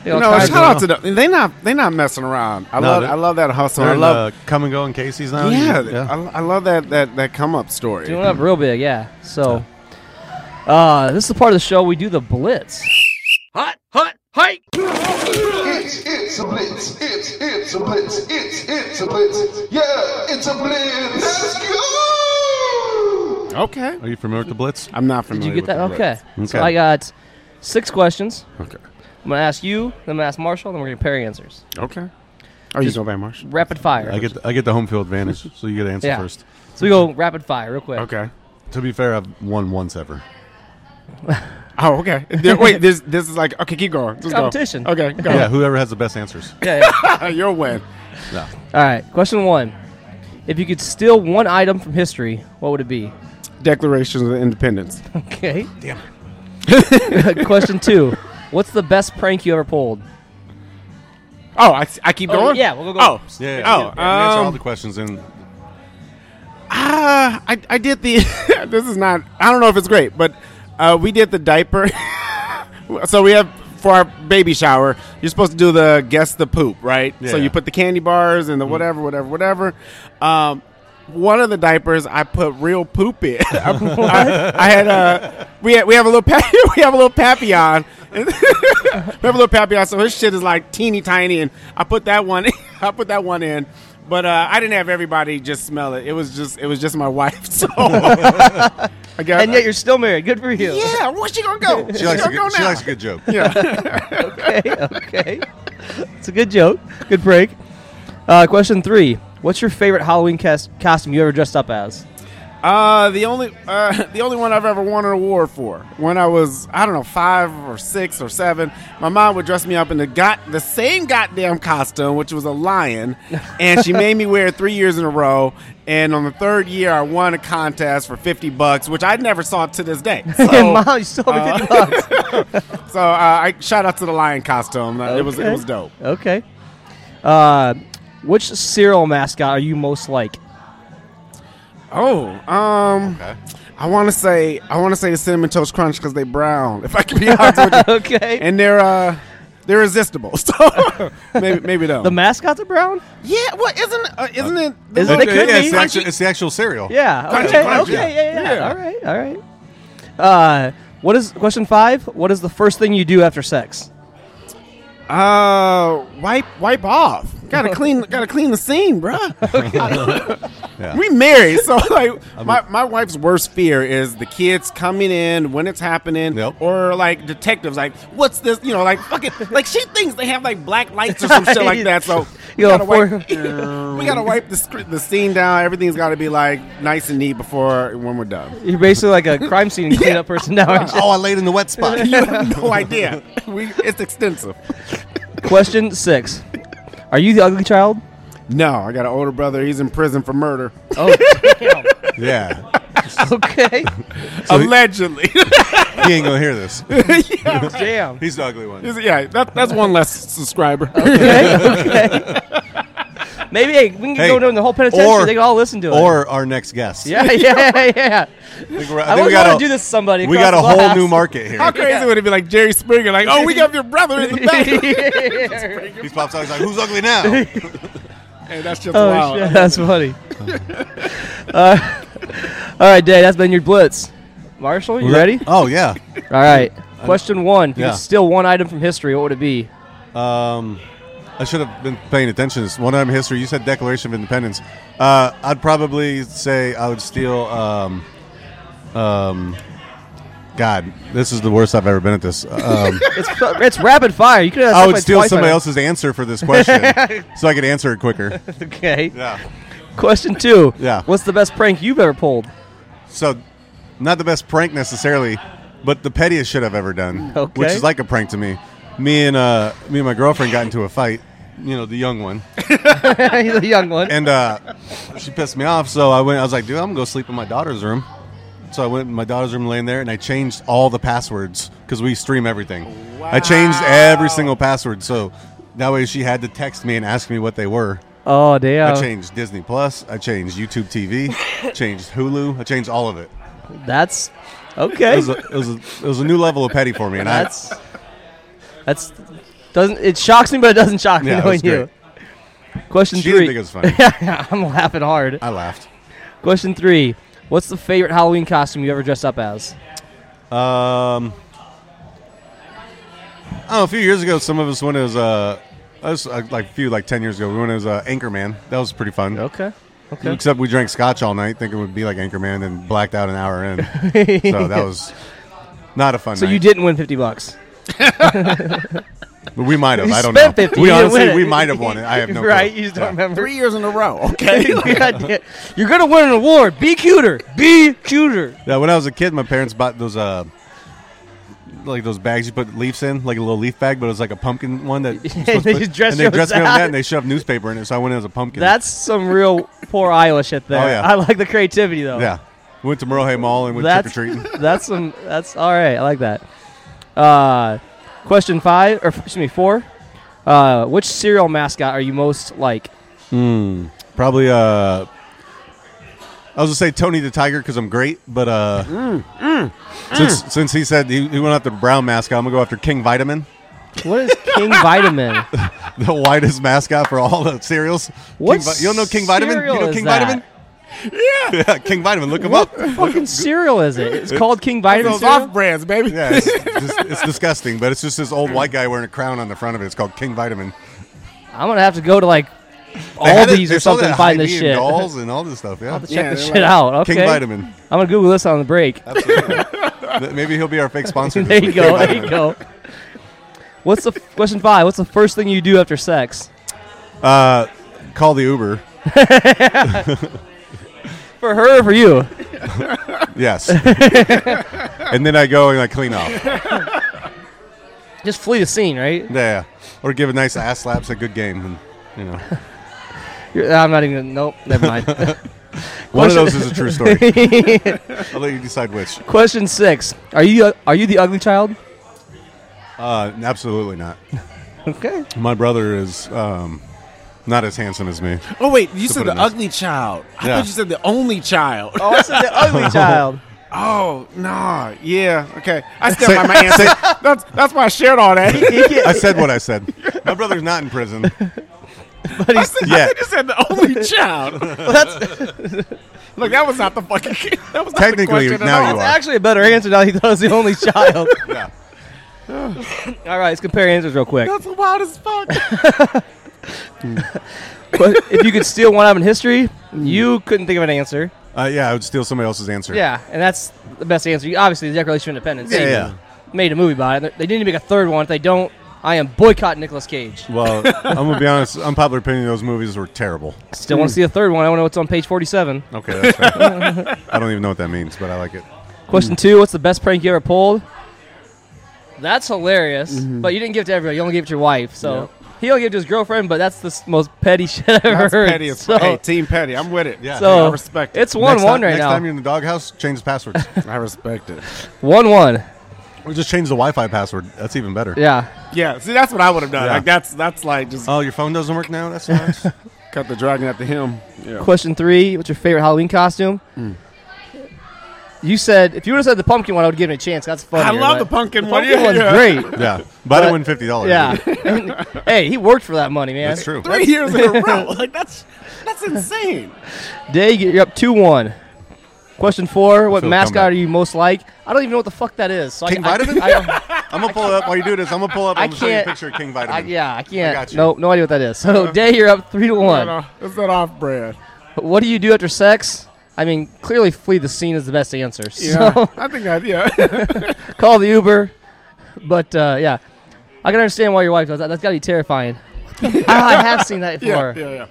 Speaker 7: They
Speaker 3: You
Speaker 7: all
Speaker 3: know,
Speaker 7: kinds
Speaker 3: shout
Speaker 7: of-
Speaker 3: out to them. They not they not messing around. I
Speaker 4: No,
Speaker 3: love
Speaker 4: they-
Speaker 3: I love that hustle.
Speaker 4: they're
Speaker 3: I
Speaker 4: in,
Speaker 3: love
Speaker 4: uh, come and go in cases now.
Speaker 3: Yeah,
Speaker 4: Yeah.
Speaker 3: I, I love that that that come up story.
Speaker 7: Doing up real big, yeah. So, uh, this is the part of the show we do the blitz.
Speaker 10: Hot, hot, hike! It's, it's a blitz. It's, it's a blitz. It's, it's a blitz. Yeah, it's a blitz. Let's go!
Speaker 3: Okay.
Speaker 4: Are you familiar with the Blitz?
Speaker 3: I'm not
Speaker 7: Did
Speaker 3: familiar.
Speaker 7: you get
Speaker 3: with
Speaker 7: that?
Speaker 3: the
Speaker 7: Okay.
Speaker 3: Blitz.
Speaker 7: So I got six questions.
Speaker 3: Okay.
Speaker 7: I'm gonna ask you, then I'm gonna ask Marshall, then we're gonna pair answers.
Speaker 3: Okay. Are you
Speaker 7: Just
Speaker 3: going by Marsh?
Speaker 7: Rapid fire.
Speaker 4: I get the, I get the home field advantage, so you get to answer
Speaker 7: Yeah.
Speaker 4: first.
Speaker 7: So we go rapid fire, real quick.
Speaker 3: Okay.
Speaker 4: To be fair, I've won once ever.
Speaker 3: Oh, okay. There- wait, this this is like okay. Keep going. Just go.
Speaker 7: Competition.
Speaker 3: Okay. Go.
Speaker 4: Yeah, whoever has the best answers.
Speaker 7: Yeah,
Speaker 3: You'll win.
Speaker 4: No.
Speaker 7: All right. Question one: If you could steal one item from history, what would it be?
Speaker 3: Declaration of Independence.
Speaker 7: Okay. Damn. Question two: What's the best prank you ever pulled?
Speaker 3: Oh, I, I keep
Speaker 7: Oh,
Speaker 3: going.
Speaker 7: yeah, we'll go- go.
Speaker 3: Oh,
Speaker 4: Yeah. yeah,
Speaker 3: Oh,
Speaker 4: yeah. You answer all
Speaker 3: um,
Speaker 4: the questions and
Speaker 3: Ah, I, I did the. this is not. I don't know if it's great, but uh, we did the diaper. so we have for our baby shower. You're supposed to do the guess the poop, right? So
Speaker 4: Yeah.
Speaker 3: you put the candy bars and the whatever, whatever, whatever. Um, one of the diapers, I put real poop in. I, I- I had a we had, we have a little pa- we have a little papillon. we have a little papillon, so his shit is like teeny tiny, and I put that one I put that one in. But uh, I didn't have everybody just smell it. It was just it was just my wife. So I got
Speaker 7: And yet you're still married. Good for you.
Speaker 3: yeah. Where's she gonna go?
Speaker 4: she likes, a
Speaker 3: gonna go
Speaker 4: good, she
Speaker 3: now.
Speaker 4: likes a good joke.
Speaker 7: okay, okay. It's a good joke. Good break. Uh, question three: What's your favorite Halloween cast- costume you ever dressed up as?
Speaker 3: Uh, the only uh, the only one I've ever won an award for when I was I don't know five or six or seven. My mom would dress me up in the got the same goddamn costume, which was a lion, and she made me wear it three years in a row. And on the third year, I won a contest for fifty bucks, which I never saw to this day. So,
Speaker 7: Mom, you still owe me fifty bucks.
Speaker 3: so uh, I shout out to the lion costume. Uh, It was it
Speaker 7: Okay.
Speaker 3: was dope.
Speaker 7: Okay. Uh, which cereal mascot are you most like?
Speaker 3: Oh, um, I want to say I want to say the cinnamon toast crunch because they brown. If I can be honest with you,
Speaker 7: okay,
Speaker 3: and they're uh, they're resistible. So maybe maybe no.
Speaker 7: The mascots are brown.
Speaker 3: yeah, what isn't uh, isn't it?
Speaker 7: Is it- they
Speaker 4: Okay,
Speaker 7: could
Speaker 4: yeah,
Speaker 7: be.
Speaker 4: It's the, actual, it's the actual cereal.
Speaker 7: Yeah.
Speaker 4: Crunchy,
Speaker 7: Okay.
Speaker 4: crunchy.
Speaker 7: okay. Yeah. Yeah. yeah.
Speaker 3: Yeah.
Speaker 7: All right. All right. Uh, what is question five? What is the first thing you do after sex?
Speaker 3: Uh, wipe wipe off. Gotta clean gotta clean the scene, bruh.
Speaker 4: Yeah.
Speaker 3: we married, so like my, my wife's worst fear is the kids coming in when it's happening,
Speaker 4: Yep.
Speaker 3: or like detectives, like what's this? You know, like fucking like she thinks they have like black lights or some shit like that. So we
Speaker 7: You know,
Speaker 3: gotta, wipe,
Speaker 7: for-
Speaker 3: we gotta wipe the script, the scene down. Everything's gotta be like nice and neat before when we're done.
Speaker 7: You're basically like a crime scene cleanup person now. aren't you?
Speaker 4: Oh, I laid in the wet spot.
Speaker 3: You have no idea. We it's extensive.
Speaker 7: Question six. Are you the ugly child?
Speaker 3: No, I got an older brother. He's in prison for murder.
Speaker 7: Oh, damn.
Speaker 4: yeah.
Speaker 7: okay.
Speaker 4: So he,
Speaker 3: Allegedly.
Speaker 4: he ain't gonna hear this.
Speaker 3: yeah, right.
Speaker 7: Damn.
Speaker 4: He's the ugly one.
Speaker 3: Is it- yeah, that, that's one less subscriber.
Speaker 7: Okay. okay. Maybe hey, we can
Speaker 4: Hey,
Speaker 7: go down the whole penitentiary. They can all listen to it.
Speaker 4: Or our next guest.
Speaker 7: yeah, yeah, yeah.
Speaker 4: I think we're- I
Speaker 7: I
Speaker 4: think we
Speaker 7: would
Speaker 4: got
Speaker 7: want
Speaker 4: a-
Speaker 7: to do this to somebody.
Speaker 4: We
Speaker 7: across
Speaker 4: got a
Speaker 7: the
Speaker 4: whole
Speaker 7: glass.
Speaker 4: new market here.
Speaker 3: How crazy would it be like Jerry Springer, like, oh, we got your brother in the back.
Speaker 4: He pops out. He's like, "Who's ugly now?"
Speaker 3: hey, that's just
Speaker 7: oh
Speaker 3: wild.
Speaker 7: shit, that's funny. Uh, all right, Dave. That's been your blitz. Marshall, you ready?
Speaker 4: Oh yeah.
Speaker 7: All right. Question one. If you
Speaker 4: Yeah.
Speaker 7: could steal one item from history, what would it be?
Speaker 4: Um, I should have been paying attention. It's one time history. You said Declaration of Independence. Uh, I'd probably say I would steal. Um, um, God, this is the worst I've ever been at this. Um,
Speaker 7: It's it's rapid fire. You could have
Speaker 4: I would steal somebody else's answer for this question so I could answer it quicker.
Speaker 7: Okay.
Speaker 4: Yeah.
Speaker 7: Question two.
Speaker 4: Yeah.
Speaker 7: What's the best prank you've ever pulled?
Speaker 4: So, not the best prank necessarily, but the pettiest shit I've ever done,
Speaker 7: Okay.
Speaker 4: which is like a prank to me. Me and uh, me and my girlfriend got into a fight. You know, the young one.
Speaker 7: He's a young one.
Speaker 4: and uh, she pissed me off. So I went. I was like, dude, I'm gonna go sleep in my daughter's room. So I went in my daughter's room, laying there, and I changed all the passwords because we stream everything. I changed every single password, so that way she had to text me and ask me what they were.
Speaker 7: Oh damn!
Speaker 4: I changed Disney Plus. I changed YouTube TV. changed Hulu. I changed all of it.
Speaker 7: That's okay.
Speaker 4: It was a, it was a, it was a new level of petty for me, and
Speaker 7: That's that's doesn't it shocks me, but it doesn't shock me
Speaker 4: Yeah, it
Speaker 7: knowing
Speaker 4: was
Speaker 7: you. Question
Speaker 4: She didn't
Speaker 7: three.
Speaker 4: think it was funny.
Speaker 7: yeah, I'm laughing hard.
Speaker 4: I laughed.
Speaker 7: Question three. What's the favorite Halloween costume you ever dressed up as?
Speaker 4: Um, I don't know. Oh, A few years ago, some of us went as uh, us uh, like a few like ten years ago, we went as uh, Anchorman. That was pretty fun.
Speaker 7: Okay. Okay.
Speaker 4: Except we drank scotch all night, thinking it would be like Anchorman, and blacked out an hour in. so that was not a fun.
Speaker 7: so
Speaker 4: night.
Speaker 7: you didn't win fifty bucks.
Speaker 4: But we might have.
Speaker 7: You
Speaker 4: I don't
Speaker 7: spent
Speaker 4: know.
Speaker 7: 50,
Speaker 4: We
Speaker 7: you didn't
Speaker 4: honestly,
Speaker 7: win it.
Speaker 4: we might have won it. I have no.
Speaker 7: right.
Speaker 4: clue.
Speaker 7: You just
Speaker 4: Yeah.
Speaker 7: don't remember. Oh,
Speaker 3: Three years in a row.
Speaker 7: Okay. You're gonna win an award. Be cuter. Be cuter.
Speaker 4: Yeah, when I was a kid, my parents bought those uh, like those bags you put leaves in, like a little leaf bag, but it was like a pumpkin one that. you're supposed
Speaker 7: they
Speaker 4: to put-
Speaker 7: just dress
Speaker 4: and they
Speaker 7: you up
Speaker 4: dressed
Speaker 7: as
Speaker 4: me up in
Speaker 7: that.
Speaker 4: that, and they shoved newspaper in it, so I went in as a pumpkin.
Speaker 7: That's some real poor Iowa shit there.
Speaker 4: Oh, yeah.
Speaker 7: I like the creativity though.
Speaker 4: yeah. Went to Morohe Mall and went trick or
Speaker 7: That's
Speaker 4: treating.
Speaker 7: that's some that's all right. I like that. Uh, question five or excuse me four. Uh, which cereal mascot are you most like?
Speaker 4: Hmm. Probably. Uh, I was gonna say Tony the Tiger because I'm great, but uh,
Speaker 7: Mm,
Speaker 4: since since he said he, he went after brown mascot, I'm gonna go after King Vitamin,
Speaker 7: What is King Vitamin?
Speaker 4: the whitest mascot for all the cereals.
Speaker 7: What
Speaker 4: King Vi- you don't know King Vitamin? You
Speaker 7: cereal
Speaker 4: know
Speaker 7: is
Speaker 4: King
Speaker 7: that?
Speaker 4: Vitamin? Yeah. King Vitamin. Look him
Speaker 7: What
Speaker 4: up.
Speaker 7: fucking cereal is it? It's called King Vitamin.
Speaker 3: Those
Speaker 7: cereal?
Speaker 3: off brands, baby.
Speaker 4: Yeah, it's, just, it's disgusting, but it's just this old white guy wearing a crown on the front of it. It's called King Vitamin.
Speaker 7: I'm gonna have to go to like
Speaker 4: They had it-
Speaker 7: Aldi's
Speaker 4: they
Speaker 7: or
Speaker 4: sold it
Speaker 7: something
Speaker 4: at
Speaker 7: to find this
Speaker 4: Hy-Vee and
Speaker 7: shit.
Speaker 4: Dolls and all this stuff. Yeah,
Speaker 7: I'll have to check this shit out. Okay.
Speaker 4: King Vitamin.
Speaker 7: I'm gonna Google this on the break.
Speaker 4: Th- Maybe he'll be our fake sponsor. this
Speaker 7: there you
Speaker 4: week.
Speaker 7: go.
Speaker 4: King
Speaker 7: There you
Speaker 4: Vitamin.
Speaker 7: go. What's the question five? What's the first thing you do after sex?
Speaker 4: Uh, call the Uber.
Speaker 7: For her or for you?
Speaker 4: Yes. and then I go and I clean off. Yeah,
Speaker 7: Just flee the scene, right?
Speaker 4: yeah. Or give a nice ass slaps a good game. And, you know,
Speaker 7: You're, I'm not even. Nope. Never mind.
Speaker 4: one of
Speaker 7: Question-
Speaker 4: those is a true story. I'll let you decide which.
Speaker 7: Question six: Are you are you the ugly child?
Speaker 4: Uh, absolutely not.
Speaker 7: Okay.
Speaker 4: My brother is um, not as handsome as me.
Speaker 3: Oh wait, you
Speaker 4: To
Speaker 3: said
Speaker 4: put it
Speaker 3: the
Speaker 4: nice.
Speaker 3: ugly child. I
Speaker 4: Yeah.
Speaker 3: thought you said the only child.
Speaker 7: Oh, I said the ugly child.
Speaker 3: Oh no, yeah, okay. I stand
Speaker 4: Say-
Speaker 3: by my answer.
Speaker 4: say-
Speaker 3: that's that's why I shared all that.
Speaker 4: I said what I said. My brother's not in prison.
Speaker 7: But he's,
Speaker 4: Yeah.
Speaker 3: I just said the only child. Look, that was not the fucking. That was not
Speaker 4: Technically,
Speaker 3: the question at
Speaker 4: now
Speaker 3: all.
Speaker 4: Oh, you
Speaker 7: It's
Speaker 4: are.
Speaker 7: actually a better answer now. He thought I was the only child.
Speaker 4: Yeah.
Speaker 7: All right, let's compare answers real quick.
Speaker 3: That's wild as fuck.
Speaker 7: But if you could steal one item in history,
Speaker 3: Mm.
Speaker 7: you couldn't think of an answer.
Speaker 4: Uh, yeah, I would steal somebody else's answer.
Speaker 7: Yeah, and that's the best answer. You- Obviously, the Declaration of Independence.
Speaker 4: Yeah,
Speaker 7: they
Speaker 4: yeah.
Speaker 7: Made a movie about it. They didn't even make a third one. If they don't, I am boycotting Nicolas Cage.
Speaker 4: Well, I'm gonna be honest. Unpopular opinion: those movies were terrible.
Speaker 7: Still
Speaker 3: Mm.
Speaker 7: want to see a third one. I want to know what's on page 47.
Speaker 4: Okay, that's fair. I don't even know what that means, but I like it.
Speaker 3: Mm.
Speaker 7: Question two: What's the best prank you ever pulled? That's hilarious,
Speaker 3: Mm-hmm.
Speaker 7: but you didn't give it to everybody. You only gave it to your wife. So he only gave it to his girlfriend, but that's the s- most petty shit I ever
Speaker 3: That's
Speaker 7: heard.
Speaker 3: petty as
Speaker 7: so,
Speaker 3: fuck. Hey, Team Petty, I'm with it.
Speaker 4: Yeah.
Speaker 7: so
Speaker 3: I respect it.
Speaker 7: It's one
Speaker 4: next time,
Speaker 7: one right
Speaker 4: next
Speaker 7: now.
Speaker 4: time you're in the doghouse, change the passwords.
Speaker 3: I respect it.
Speaker 7: one one.
Speaker 4: or just change the Wi-Fi password. That's even better.
Speaker 7: Yeah.
Speaker 3: Yeah, see, that's what I would have done.
Speaker 4: Yeah.
Speaker 3: Like that's that's like just
Speaker 4: Oh, your phone doesn't work now. That's nice.
Speaker 3: cut the dragon after him. Yeah.
Speaker 7: Question three: What's your favorite Halloween costume?
Speaker 4: Hmm.
Speaker 7: You said if you would have said the pumpkin one, I would give it a chance. That's funny.
Speaker 3: I love the pumpkin
Speaker 7: The
Speaker 3: one.
Speaker 7: pumpkin
Speaker 3: Yeah,
Speaker 7: one's
Speaker 3: yeah.
Speaker 7: great.
Speaker 4: yeah, but I win fifty dollars.
Speaker 7: Yeah. And- hey, he worked for that money, man.
Speaker 4: that's true.
Speaker 3: Three years in a row. Like that's that's insane.
Speaker 7: Day, you're up two one. Question four: What
Speaker 4: feel a
Speaker 7: mascot
Speaker 4: comeback.
Speaker 7: are you most like? I don't even know what the fuck that is. So
Speaker 4: King
Speaker 7: I, I-
Speaker 4: Vitamin?
Speaker 7: I-
Speaker 4: I'm gonna pull it up while you do this. I'm gonna pull up.
Speaker 7: I
Speaker 4: I'm gonna show you a
Speaker 7: can't-
Speaker 4: picture of King
Speaker 7: I-
Speaker 4: Vitamin.
Speaker 7: yeah, I can't.
Speaker 4: got you.
Speaker 7: No, no idea what that is. So day, you're up three to one.
Speaker 3: No, no, It's not off brand.
Speaker 7: What do you do after sex? I mean, clearly flee the scene is the best answer.
Speaker 3: Yeah,
Speaker 7: So
Speaker 3: I think I yeah.
Speaker 7: call the Uber. But uh, yeah, I can understand why your wife does that. That's gotta be terrifying. Ah, I have seen that
Speaker 3: yeah, yeah,
Speaker 7: before.
Speaker 3: yeah.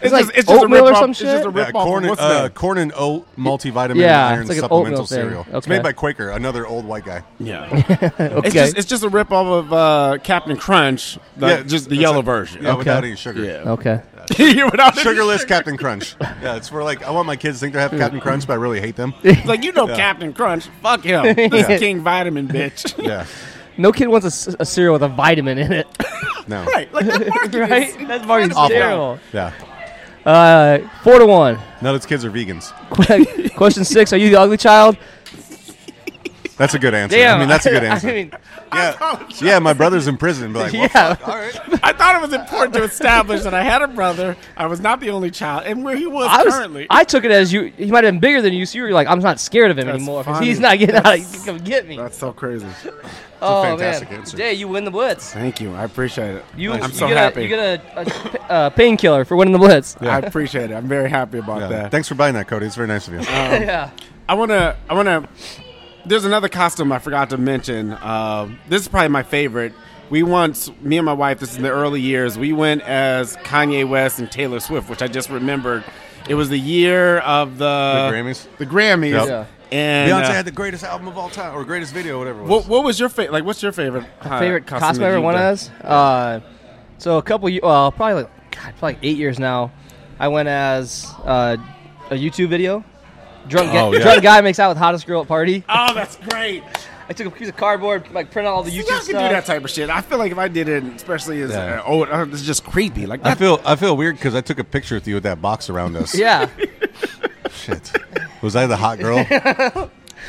Speaker 7: It's like oatmeal or
Speaker 3: rip-off-
Speaker 7: some
Speaker 3: It's just
Speaker 7: shit?
Speaker 3: a
Speaker 4: Yeah,
Speaker 3: rip
Speaker 4: corn, and,
Speaker 3: What's
Speaker 4: uh,
Speaker 3: that?
Speaker 4: corn and oat multivitamin
Speaker 7: Yeah,
Speaker 4: and iron
Speaker 7: it's like an
Speaker 4: supplemental
Speaker 7: oatmeal thing.
Speaker 4: cereal. It's
Speaker 7: Okay.
Speaker 4: made by Quaker, another old white guy.
Speaker 3: Yeah, it's
Speaker 7: Okay.
Speaker 3: just it's just a rip off of uh, Captain Crunch. The,
Speaker 4: Yeah,
Speaker 3: just the
Speaker 4: that's
Speaker 3: yellow
Speaker 4: it.
Speaker 3: version.
Speaker 4: Yeah,
Speaker 3: Yeah,
Speaker 4: without any sugar.
Speaker 3: yeah.
Speaker 7: okay.
Speaker 3: You're without any
Speaker 4: Sugarless Captain Crunch. Yeah, it's where like I want my kids to think they have Captain Crunch, but I really hate them.
Speaker 3: It's Like you know, Captain Crunch. Fuck him. This is King Vitamin, bitch.
Speaker 4: Yeah.
Speaker 7: No kid wants a, s- a cereal with a vitamin in it.
Speaker 4: No.
Speaker 6: Right, like that market
Speaker 7: Right?
Speaker 6: is
Speaker 7: That market's
Speaker 6: incredible.
Speaker 7: terrible.
Speaker 4: Yeah.
Speaker 7: Uh, four to one.
Speaker 4: None of those kids are vegans.
Speaker 7: Question six: Are you the ugly child?
Speaker 4: That's a good answer.
Speaker 7: Damn.
Speaker 4: I mean, that's a good answer.
Speaker 7: I mean,
Speaker 4: yeah. yeah, my brother's in prison. But like, well,
Speaker 7: yeah.
Speaker 3: I thought it was important to establish that I had a brother. I was not the only child, and where he was,
Speaker 7: I was.
Speaker 3: currently.
Speaker 7: I took it as you. He might have been bigger than you, so you were like, "I'm not scared of him
Speaker 3: That's
Speaker 7: anymore 'cause
Speaker 3: funny.
Speaker 7: he's not getting out.
Speaker 3: That's-
Speaker 7: Of, come get me."
Speaker 3: That's so crazy.
Speaker 7: oh
Speaker 3: fantastic
Speaker 7: man,
Speaker 3: answer.
Speaker 7: yeah, you win the blitz.
Speaker 3: Thank you. I appreciate it.
Speaker 7: You,
Speaker 3: I'm
Speaker 7: you
Speaker 3: so
Speaker 7: get
Speaker 3: happy.
Speaker 7: A, you get a, a p- uh, painkiller for winning the blitz.
Speaker 3: I appreciate it. I'm very happy about
Speaker 4: yeah.
Speaker 3: that.
Speaker 4: Thanks for buying that, Cody. It's very nice of you.
Speaker 3: Um,
Speaker 7: Yeah.
Speaker 3: I wanna. I wanna. There's another costume I forgot to mention. Uh, this is probably my favorite. We once, me and my wife, this is in the early years. We went as Kanye West and Taylor Swift, which I just remembered. It was the year of the,
Speaker 4: The Grammys?
Speaker 3: The Grammys.
Speaker 4: Yep. Yeah.
Speaker 3: And
Speaker 4: Beyonce
Speaker 3: uh,
Speaker 4: had the greatest album of all time, or greatest video, whatever. It was.
Speaker 3: What, what was your favorite? Like, what's your favorite? uh,
Speaker 7: favorite costume,
Speaker 3: that
Speaker 7: I ever
Speaker 3: you've
Speaker 7: went
Speaker 3: done?
Speaker 7: as. Uh, so a couple, ye- well, probably like God, probably like eight years now. I went as uh, a YouTube video. Drunk, guy,
Speaker 6: Oh, yeah.
Speaker 7: drunk guy makes out with hottest girl at party.
Speaker 3: Oh, that's great.
Speaker 7: I took a piece of cardboard, like print out all the
Speaker 3: See,
Speaker 7: YouTube
Speaker 3: y'all
Speaker 7: stuff.
Speaker 3: can do that type of shit. I feel like if I did it, especially as
Speaker 4: Yeah.
Speaker 3: uh, oh, uh, it's just creepy. Like
Speaker 4: I
Speaker 3: that.
Speaker 4: feel I feel weird because I took a picture with you with that box around us.
Speaker 7: Yeah.
Speaker 4: Shit. Was I the hot girl?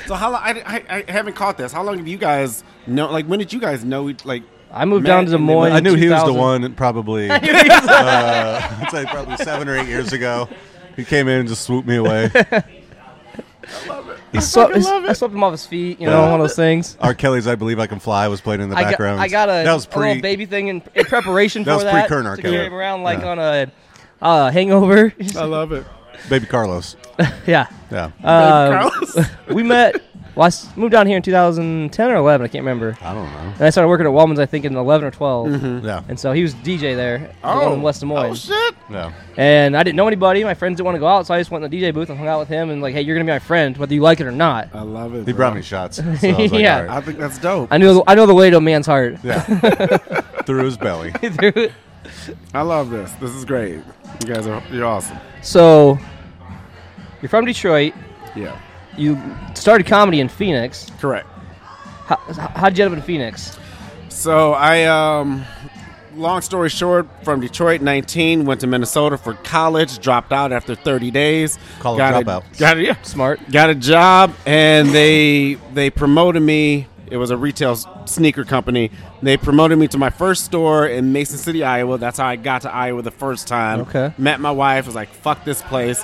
Speaker 3: so how long? I, I, I haven't caught this. How long have you guys know? Like when did you guys know? Like
Speaker 7: I
Speaker 4: moved
Speaker 7: down to Des Moines
Speaker 4: I knew he was the
Speaker 7: 2000.
Speaker 4: one probably.
Speaker 7: I knew he was the one.
Speaker 4: uh, it's like probably seven or eight years ago. He came in and just swooped me away.
Speaker 7: I, swept, I swept him off his feet. You know, one of those things.
Speaker 4: R. Kelly's "I Believe I Can Fly" was playing in the
Speaker 7: I got,
Speaker 4: background.
Speaker 7: I got a,
Speaker 4: that was
Speaker 7: a
Speaker 4: pre
Speaker 7: little baby thing in, in preparation
Speaker 4: That
Speaker 7: for
Speaker 4: was
Speaker 7: that.
Speaker 4: pre-Kern R.
Speaker 7: to
Speaker 4: Kelly.
Speaker 7: carry him around like
Speaker 4: Yeah.
Speaker 7: on a uh, hangover.
Speaker 3: I love it.
Speaker 4: baby Carlos.
Speaker 7: Yeah.
Speaker 4: Yeah.
Speaker 7: Uh,
Speaker 3: Baby
Speaker 7: we met. Well, I s- moved down here in 2010 or 11. I can't remember.
Speaker 4: I don't know.
Speaker 7: And I started working at Walman's, I think, in 11 or 12.
Speaker 4: Mhm. Yeah.
Speaker 7: And so he was DJ there. the
Speaker 6: Oh.
Speaker 7: one in West Des Moines.
Speaker 3: shit.
Speaker 4: Yeah.
Speaker 7: And I didn't know anybody. My friends didn't want to go out, so I just went in the DJ booth and hung out with him. And like, hey, you're gonna be my friend, whether you like it or not.
Speaker 3: I love it.
Speaker 4: He brought me shots. So I was like,
Speaker 7: Yeah.
Speaker 4: all right.
Speaker 3: I think that's dope.
Speaker 7: I knew I know the way to a man's heart.
Speaker 4: Yeah. Through his belly.
Speaker 7: Through it.
Speaker 3: I love this. This is great. You guys are you're awesome.
Speaker 7: So, you're from Detroit.
Speaker 3: Yeah.
Speaker 7: You started comedy in Phoenix.
Speaker 3: Correct.
Speaker 7: How, how'd you end up in Phoenix?
Speaker 3: So I, um, long story short, from Detroit, 19, went to Minnesota for college, dropped out after 30 days.
Speaker 4: College
Speaker 3: got
Speaker 4: dropout.
Speaker 3: A, got a, yeah,
Speaker 7: smart.
Speaker 3: Got a job, and they they promoted me. It was a retail s- sneaker company. They promoted me to my first store in Mason City, Iowa. That's how I got to Iowa the first time.
Speaker 7: Okay.
Speaker 3: Met my wife. Was like, fuck this place.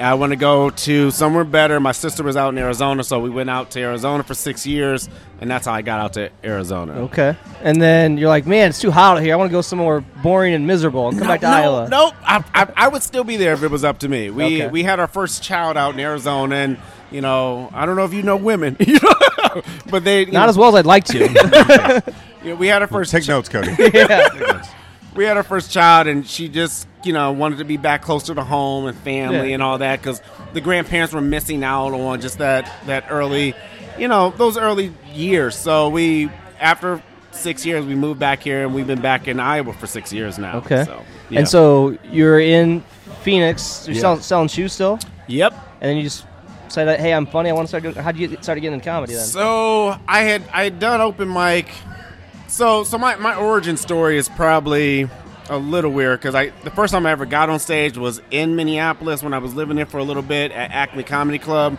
Speaker 3: I want to go to somewhere better. My sister was out in Arizona, so we went out to Arizona for six years, and that's how I got out to Arizona.
Speaker 7: Okay. And then you're like, man, it's too hot out here. I want to go somewhere boring and miserable. and Come back to
Speaker 3: no,
Speaker 7: Iowa.
Speaker 3: Nope, I, I, I would still be there if it was up to me. We
Speaker 7: Okay.
Speaker 3: we had our first child out in Arizona, and you know, I don't know if you know women, you know, but they you
Speaker 7: Not
Speaker 3: know,
Speaker 7: as well as I'd like to.
Speaker 3: yeah, we had our first.
Speaker 4: Take notes, Cody.
Speaker 7: yeah.
Speaker 3: we had our first child, and she just you know wanted to be back closer to home and family
Speaker 7: Yeah.
Speaker 3: and all that because the grandparents were missing out on just that that early, you know, those early years. So we after. Six years, we moved back here, and we've been back in Iowa for six years now.
Speaker 7: Okay.
Speaker 3: so, yeah.
Speaker 7: And so you're in Phoenix. You're
Speaker 3: Yeah.
Speaker 7: selling, selling shoes still.
Speaker 3: Yep.
Speaker 7: And then you just said, "Hey, I'm funny. I want to start doing." How would you get started getting into comedy then?
Speaker 3: So I had I had done open mic. So so my, my origin story is probably a little weird because I the first time I ever got on stage was in Minneapolis when I was living there for a little bit at Acme Comedy Club,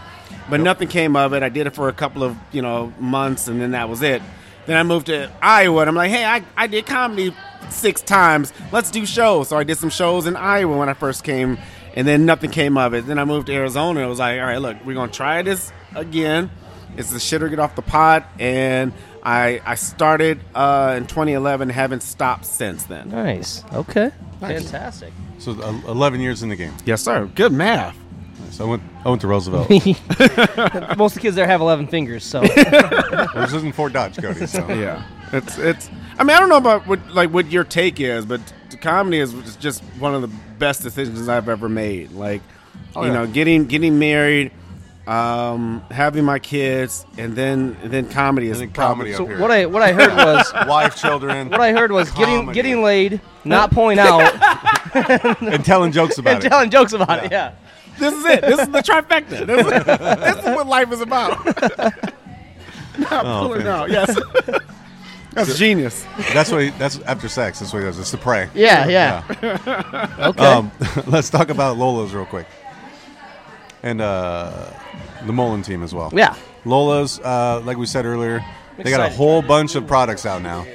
Speaker 3: but nothing came of it. I did it for a couple of you know months and then that was it. Then I moved to Iowa and I'm like, hey, I, I did comedy six times. Let's do shows. So I did some shows in Iowa when I first came, and then nothing came of it. Then I moved to Arizona. It was like, all right, look, we're gonna try this again. It's the shitter get off the pot, and I I started uh, in 2011. Haven't stopped since then.
Speaker 7: Nice. Okay.
Speaker 4: Nice.
Speaker 7: Fantastic.
Speaker 4: So uh, eleven years in the game.
Speaker 3: Yes, sir. Good math.
Speaker 4: So I went. I went to Roosevelt.
Speaker 7: Most of the kids there have 11 fingers, so
Speaker 4: this isn't Fort Dodge, Cody. So
Speaker 3: yeah, it's it's. I mean, I don't know about what like what your take is, but t- comedy is is just one of the best decisions I've ever made. Like,
Speaker 4: Oh,
Speaker 3: you
Speaker 4: yeah.
Speaker 3: know, getting getting married, um, having my kids, and then and then comedy is
Speaker 4: then
Speaker 3: probably-
Speaker 4: comedy
Speaker 7: So
Speaker 4: up here.
Speaker 7: what I what I heard was
Speaker 4: wife, children.
Speaker 7: what I heard was getting
Speaker 4: Comedy.
Speaker 7: getting laid, not pulling out,
Speaker 4: and telling jokes about
Speaker 7: and
Speaker 4: it.
Speaker 7: telling jokes about it. Yeah.
Speaker 3: This is it. This is the trifecta. This is, this is what life is about. Not
Speaker 4: Oh,
Speaker 3: pulling
Speaker 4: okay.
Speaker 3: out. Yes. That's genius.
Speaker 4: That's what. He, that's after sex. That's what he does. It's the pray.
Speaker 7: Yeah, yeah. Okay.
Speaker 4: Um, let's talk about Lola's real quick, and uh, the Mullen team as well.
Speaker 7: Yeah.
Speaker 4: Lola's, uh, like we said earlier, they got a
Speaker 7: excited.
Speaker 4: whole bunch of products out now.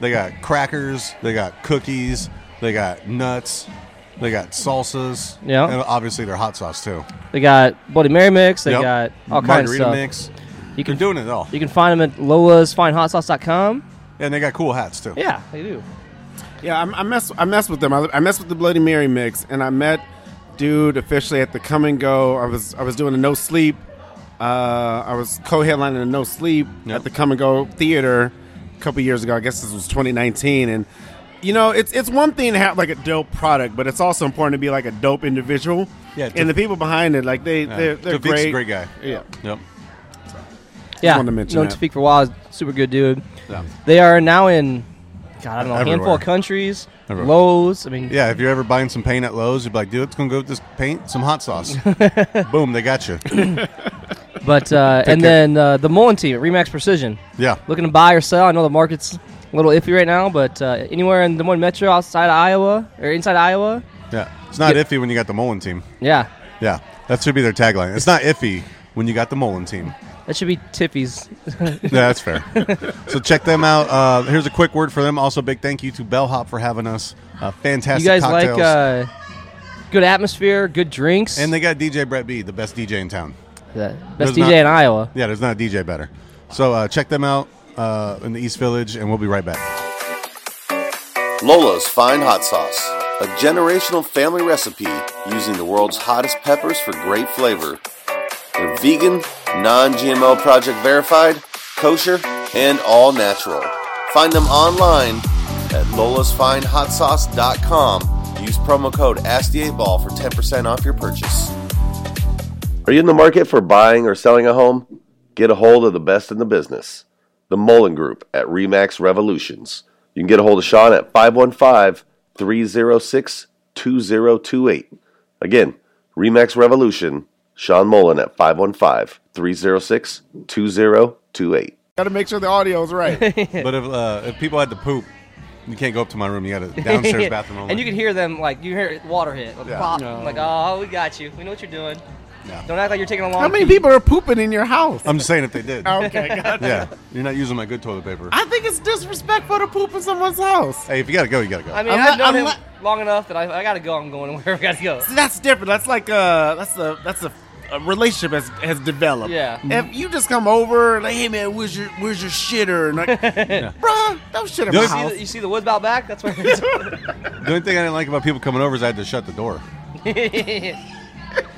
Speaker 4: They got crackers. They got cookies. They got nuts. They got salsas.
Speaker 7: Yeah.
Speaker 4: And obviously their hot sauce too.
Speaker 7: They got Bloody Mary mix. They
Speaker 4: Yep.
Speaker 7: got all kinds of
Speaker 4: Margarita
Speaker 7: stuff.
Speaker 4: mix.
Speaker 7: You
Speaker 4: can doing it all.
Speaker 7: You can find them at loasfinehotsauce.com.
Speaker 4: And they got cool hats too.
Speaker 7: Yeah, they do.
Speaker 3: Yeah, I, I mess I mess with them. I, I mess with the Bloody Mary mix, and I met dude officially at the come and go. I was I was doing a no sleep. Uh, I was co-headlining a no sleep at the come and go theater a couple years ago. I guess this was 2019, and you know it's it's one thing to have like a dope product, but it's also important to be like a dope individual.
Speaker 4: Yeah,
Speaker 3: and the people behind it, like they
Speaker 4: Yeah.
Speaker 3: they're, they're
Speaker 4: Tafik's a
Speaker 3: great.
Speaker 4: great guy.
Speaker 3: Yeah.
Speaker 4: Yep.
Speaker 7: Yeah,
Speaker 3: wanted to mention
Speaker 7: known
Speaker 3: that.
Speaker 7: Tafik for a while. Super good dude.
Speaker 4: Yeah.
Speaker 7: They are now in, God, I don't know, a handful
Speaker 4: Everywhere.
Speaker 7: of countries.
Speaker 4: Everywhere.
Speaker 7: Lowe's. I mean,
Speaker 4: Yeah, if you're ever buying some paint at Lowe's, you'd be like, dude, it's gonna go with this paint, some hot sauce. Boom, they got you.
Speaker 7: But uh,
Speaker 4: Take
Speaker 7: and
Speaker 4: care.
Speaker 7: then uh, the Mullen team, at Remax Precision.
Speaker 4: Yeah.
Speaker 7: looking to buy or sell. I know the market's a little iffy right now, but uh, anywhere in the one metro outside of Iowa or inside Iowa,
Speaker 4: Yeah. It's not
Speaker 7: Yeah.
Speaker 4: iffy when you got the Mullen team.
Speaker 7: yeah,
Speaker 4: Yeah. That should be their tagline. It's not iffy when you got the Mullen team.
Speaker 7: that should be Tiffy's.
Speaker 4: Yeah, that's fair. so check them out. Uh, here's a quick word for them. Also, big thank you to Bellhop for having us. Uh, fantastic
Speaker 7: you guys
Speaker 4: cocktails.
Speaker 7: like uh, good atmosphere, good drinks,
Speaker 4: and they got DJ Brett B, the best DJ in town.
Speaker 7: The
Speaker 4: There's
Speaker 7: best DJ
Speaker 4: not-
Speaker 7: in Iowa.
Speaker 4: Yeah, there's not a DJ better. So uh, check them out uh, in the East Village, and we'll be right back.
Speaker 1: Lola's Fine Hot Sauce, a generational family recipe using the world's hottest peppers for great flavor. They're vegan, non GMO project verified, kosher, and all natural. Find them online at lolasfinehotsauce.com. Use promo code ASK8BALL for 10% off your purchase. Are you in the market for buying or selling a home? Get a hold of the best in the business, the Mullen Group at Remax Revolutions. You can get a hold of Sean at 515 306 2028. Again, Remax Revolution, Sean Mullen at 515 306 2028.
Speaker 3: Got to make sure the audio is right.
Speaker 4: but if uh, if people had to poop, you can't go up to my room. You got a downstairs bathroom only.
Speaker 7: and you can hear them like you hear water hit, like
Speaker 4: Yeah.
Speaker 7: pop,
Speaker 4: No.
Speaker 7: like oh, we got you. We know what you're doing. Don't act like you're taking a long.
Speaker 3: How many
Speaker 7: pee.
Speaker 3: people are pooping in your house?
Speaker 4: I'm just saying if they did.
Speaker 7: Oh.
Speaker 3: Okay, gotcha.
Speaker 4: Yeah, you're not using my good toilet paper.
Speaker 3: I think it's disrespectful to poop in someone's house.
Speaker 4: Hey, if you gotta go, you gotta go.
Speaker 7: I mean,
Speaker 3: I'm
Speaker 7: I've
Speaker 3: not-
Speaker 7: known
Speaker 3: I'm
Speaker 7: him
Speaker 3: not-
Speaker 7: long enough that I, I gotta go. I'm going wherever I gotta go.
Speaker 3: See, that's different. That's like a that's a that's a, a relationship has has developed.
Speaker 7: Yeah.
Speaker 3: If you just come over, like, hey man, where's your where's your shitter? And like, bruh, don't shit in my
Speaker 4: The only-
Speaker 7: You see,
Speaker 3: house.
Speaker 7: the, you see the woods out back? That's where.
Speaker 4: the only thing I didn't like about people coming over is I had to shut the door.
Speaker 7: See,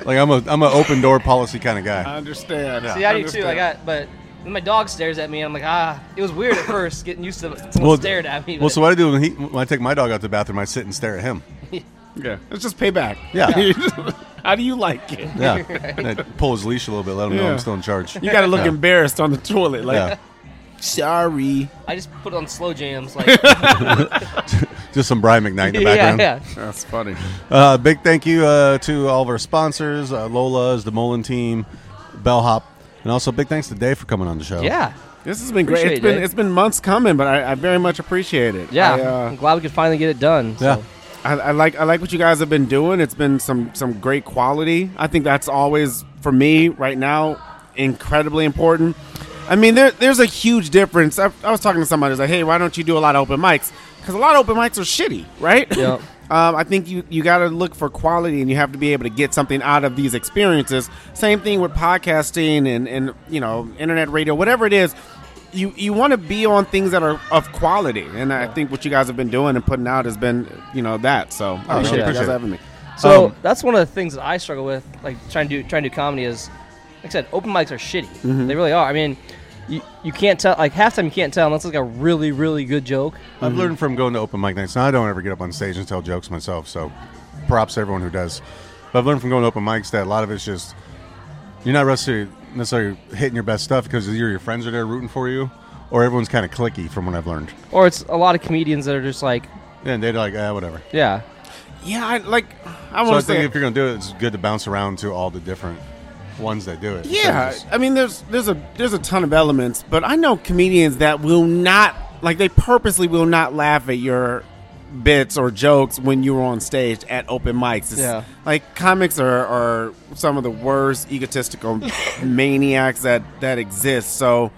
Speaker 4: Like I'm a I'm an open door policy kind of
Speaker 7: Uh,
Speaker 4: guy.
Speaker 3: understand.
Speaker 7: I do too. I got, but then my dog stares at me, and I'm like, ah, it was weird at first getting used to someone stared at me.
Speaker 4: Well,
Speaker 7: but-
Speaker 4: so what I do when he when I take my dog out to the bathroom, I sit and stare at him.
Speaker 3: Yeah. Let's just pay back.
Speaker 4: Yeah.
Speaker 3: How do you like it?
Speaker 4: Yeah, And I pull his leash a little bit, let him know
Speaker 3: Yeah.
Speaker 4: I'm still in charge.
Speaker 3: You gotta look
Speaker 4: Yeah.
Speaker 3: embarrassed on the toilet. Like,
Speaker 4: Yeah.
Speaker 3: sorry.
Speaker 7: I just put on slow jams. Like,
Speaker 4: Just some Brian McKnight in the
Speaker 7: yeah,
Speaker 4: background.
Speaker 7: yeah.
Speaker 3: That's funny.
Speaker 4: Uh, big thank you uh, to all of our sponsors, uh, Lola's, the Mullen team, Bellhop, and also big thanks to Dave for coming on the show.
Speaker 7: Yeah.
Speaker 3: This has been great.
Speaker 7: Appreciate
Speaker 3: It's
Speaker 7: it,
Speaker 3: been
Speaker 7: Jake.
Speaker 3: it's been months coming, but I, I very much appreciate it.
Speaker 7: Yeah,
Speaker 3: I, uh,
Speaker 7: I'm glad we could finally get it done. So.
Speaker 4: Yeah.
Speaker 3: I, I like I like what you guys have been doing. It's been some some great quality. I think that's always for me right now incredibly important. I mean, there there's a huge difference. I, I was talking to somebody who's like, "Hey, why don't you do a lot of open mics? Because a lot of open mics are shitty, right?"
Speaker 7: Yep.
Speaker 3: um, I think you you got to look for quality, and you have to be able to get something out of these experiences. Same thing with podcasting and and you know internet radio, whatever it is you you want to be on things that are of quality, and I think what you guys have been doing and putting out has been you know that. So I
Speaker 7: Appreciate
Speaker 3: appreciate you
Speaker 7: it.
Speaker 3: guys
Speaker 4: Appreciate it.
Speaker 3: having me.
Speaker 7: So that's one of the things that I struggle with, like trying to do trying to do comedy is, like I said, open mics are shitty. They really are. I mean, you, you can't tell like half time you can't tell unless it's like a really really good joke.
Speaker 4: I've learned from going to open mic nights. Now I don't ever get up on stage and tell jokes myself, so props to everyone who does. But I've learned from going to open mics that a lot of it's just you're not necessarily, necessarily hitting your best stuff because either your friends are there rooting for you, or everyone's kind of clicky. From what I've learned,
Speaker 7: Or it's a lot of comedians that are just like,
Speaker 4: and they're like, ah, whatever.
Speaker 7: yeah,
Speaker 3: Yeah, I, like I
Speaker 4: So I
Speaker 3: want to
Speaker 4: think
Speaker 3: say,
Speaker 4: if you're gonna do it, it's good to bounce around to all the different ones that do it. instead of
Speaker 3: yeah.
Speaker 4: just-
Speaker 3: I mean, there's there's a there's a ton of elements, but I know comedians that will not Like they purposely will not laugh at your bits or jokes when you were on stage at open mics. It's-
Speaker 5: Yeah.
Speaker 3: Like comics are, are some of the worst egotistical maniacs that that exist. So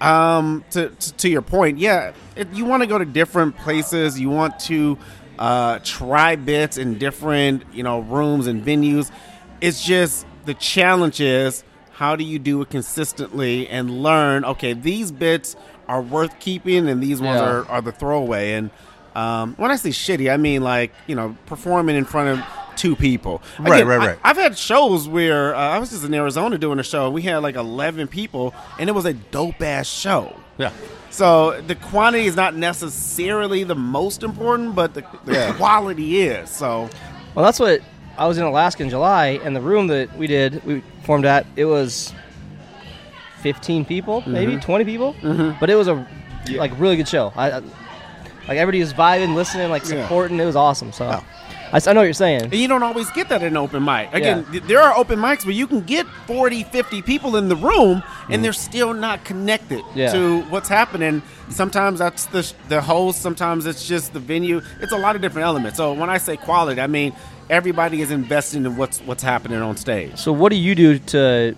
Speaker 3: um to to, to your point, yeah, if you want to go to different places, you want to uh try bits in different, you know, rooms and venues. It's just the challenge is how do you do it consistently and learn, okay, these bits are worth keeping and these ones
Speaker 5: Yeah.
Speaker 3: are, are the throwaway. And um, when I say shitty, I mean like, you know, performing in front of two people.
Speaker 4: Right, right, right.
Speaker 3: I, have had shows where uh, I was just in Arizona doing a show. We had like 11 people and it was a dope ass show.
Speaker 4: Yeah.
Speaker 3: So the quantity is not necessarily the most important, but the, the quality is. So
Speaker 5: Well, that's what I was in Alaska in July, and the room that we did, we formed at, it was 15 people, maybe
Speaker 7: Mhm.
Speaker 5: 20 people, but it was a like really good show. I, I like everybody was vibing, listening, like
Speaker 3: Yeah.
Speaker 5: supporting. It was awesome. So I, s- I know what you're saying.
Speaker 3: And you don't always get that in an open mic. Again, th- there are open mics where you can get 40, 50 people in the room and they're still not connected
Speaker 5: Yeah.
Speaker 3: to what's happening. Sometimes that's the, sh- the host, sometimes it's just the venue. It's a lot of different elements. So when I say quality, I mean everybody is invested in what's what's happening on stage.
Speaker 5: So what do you do to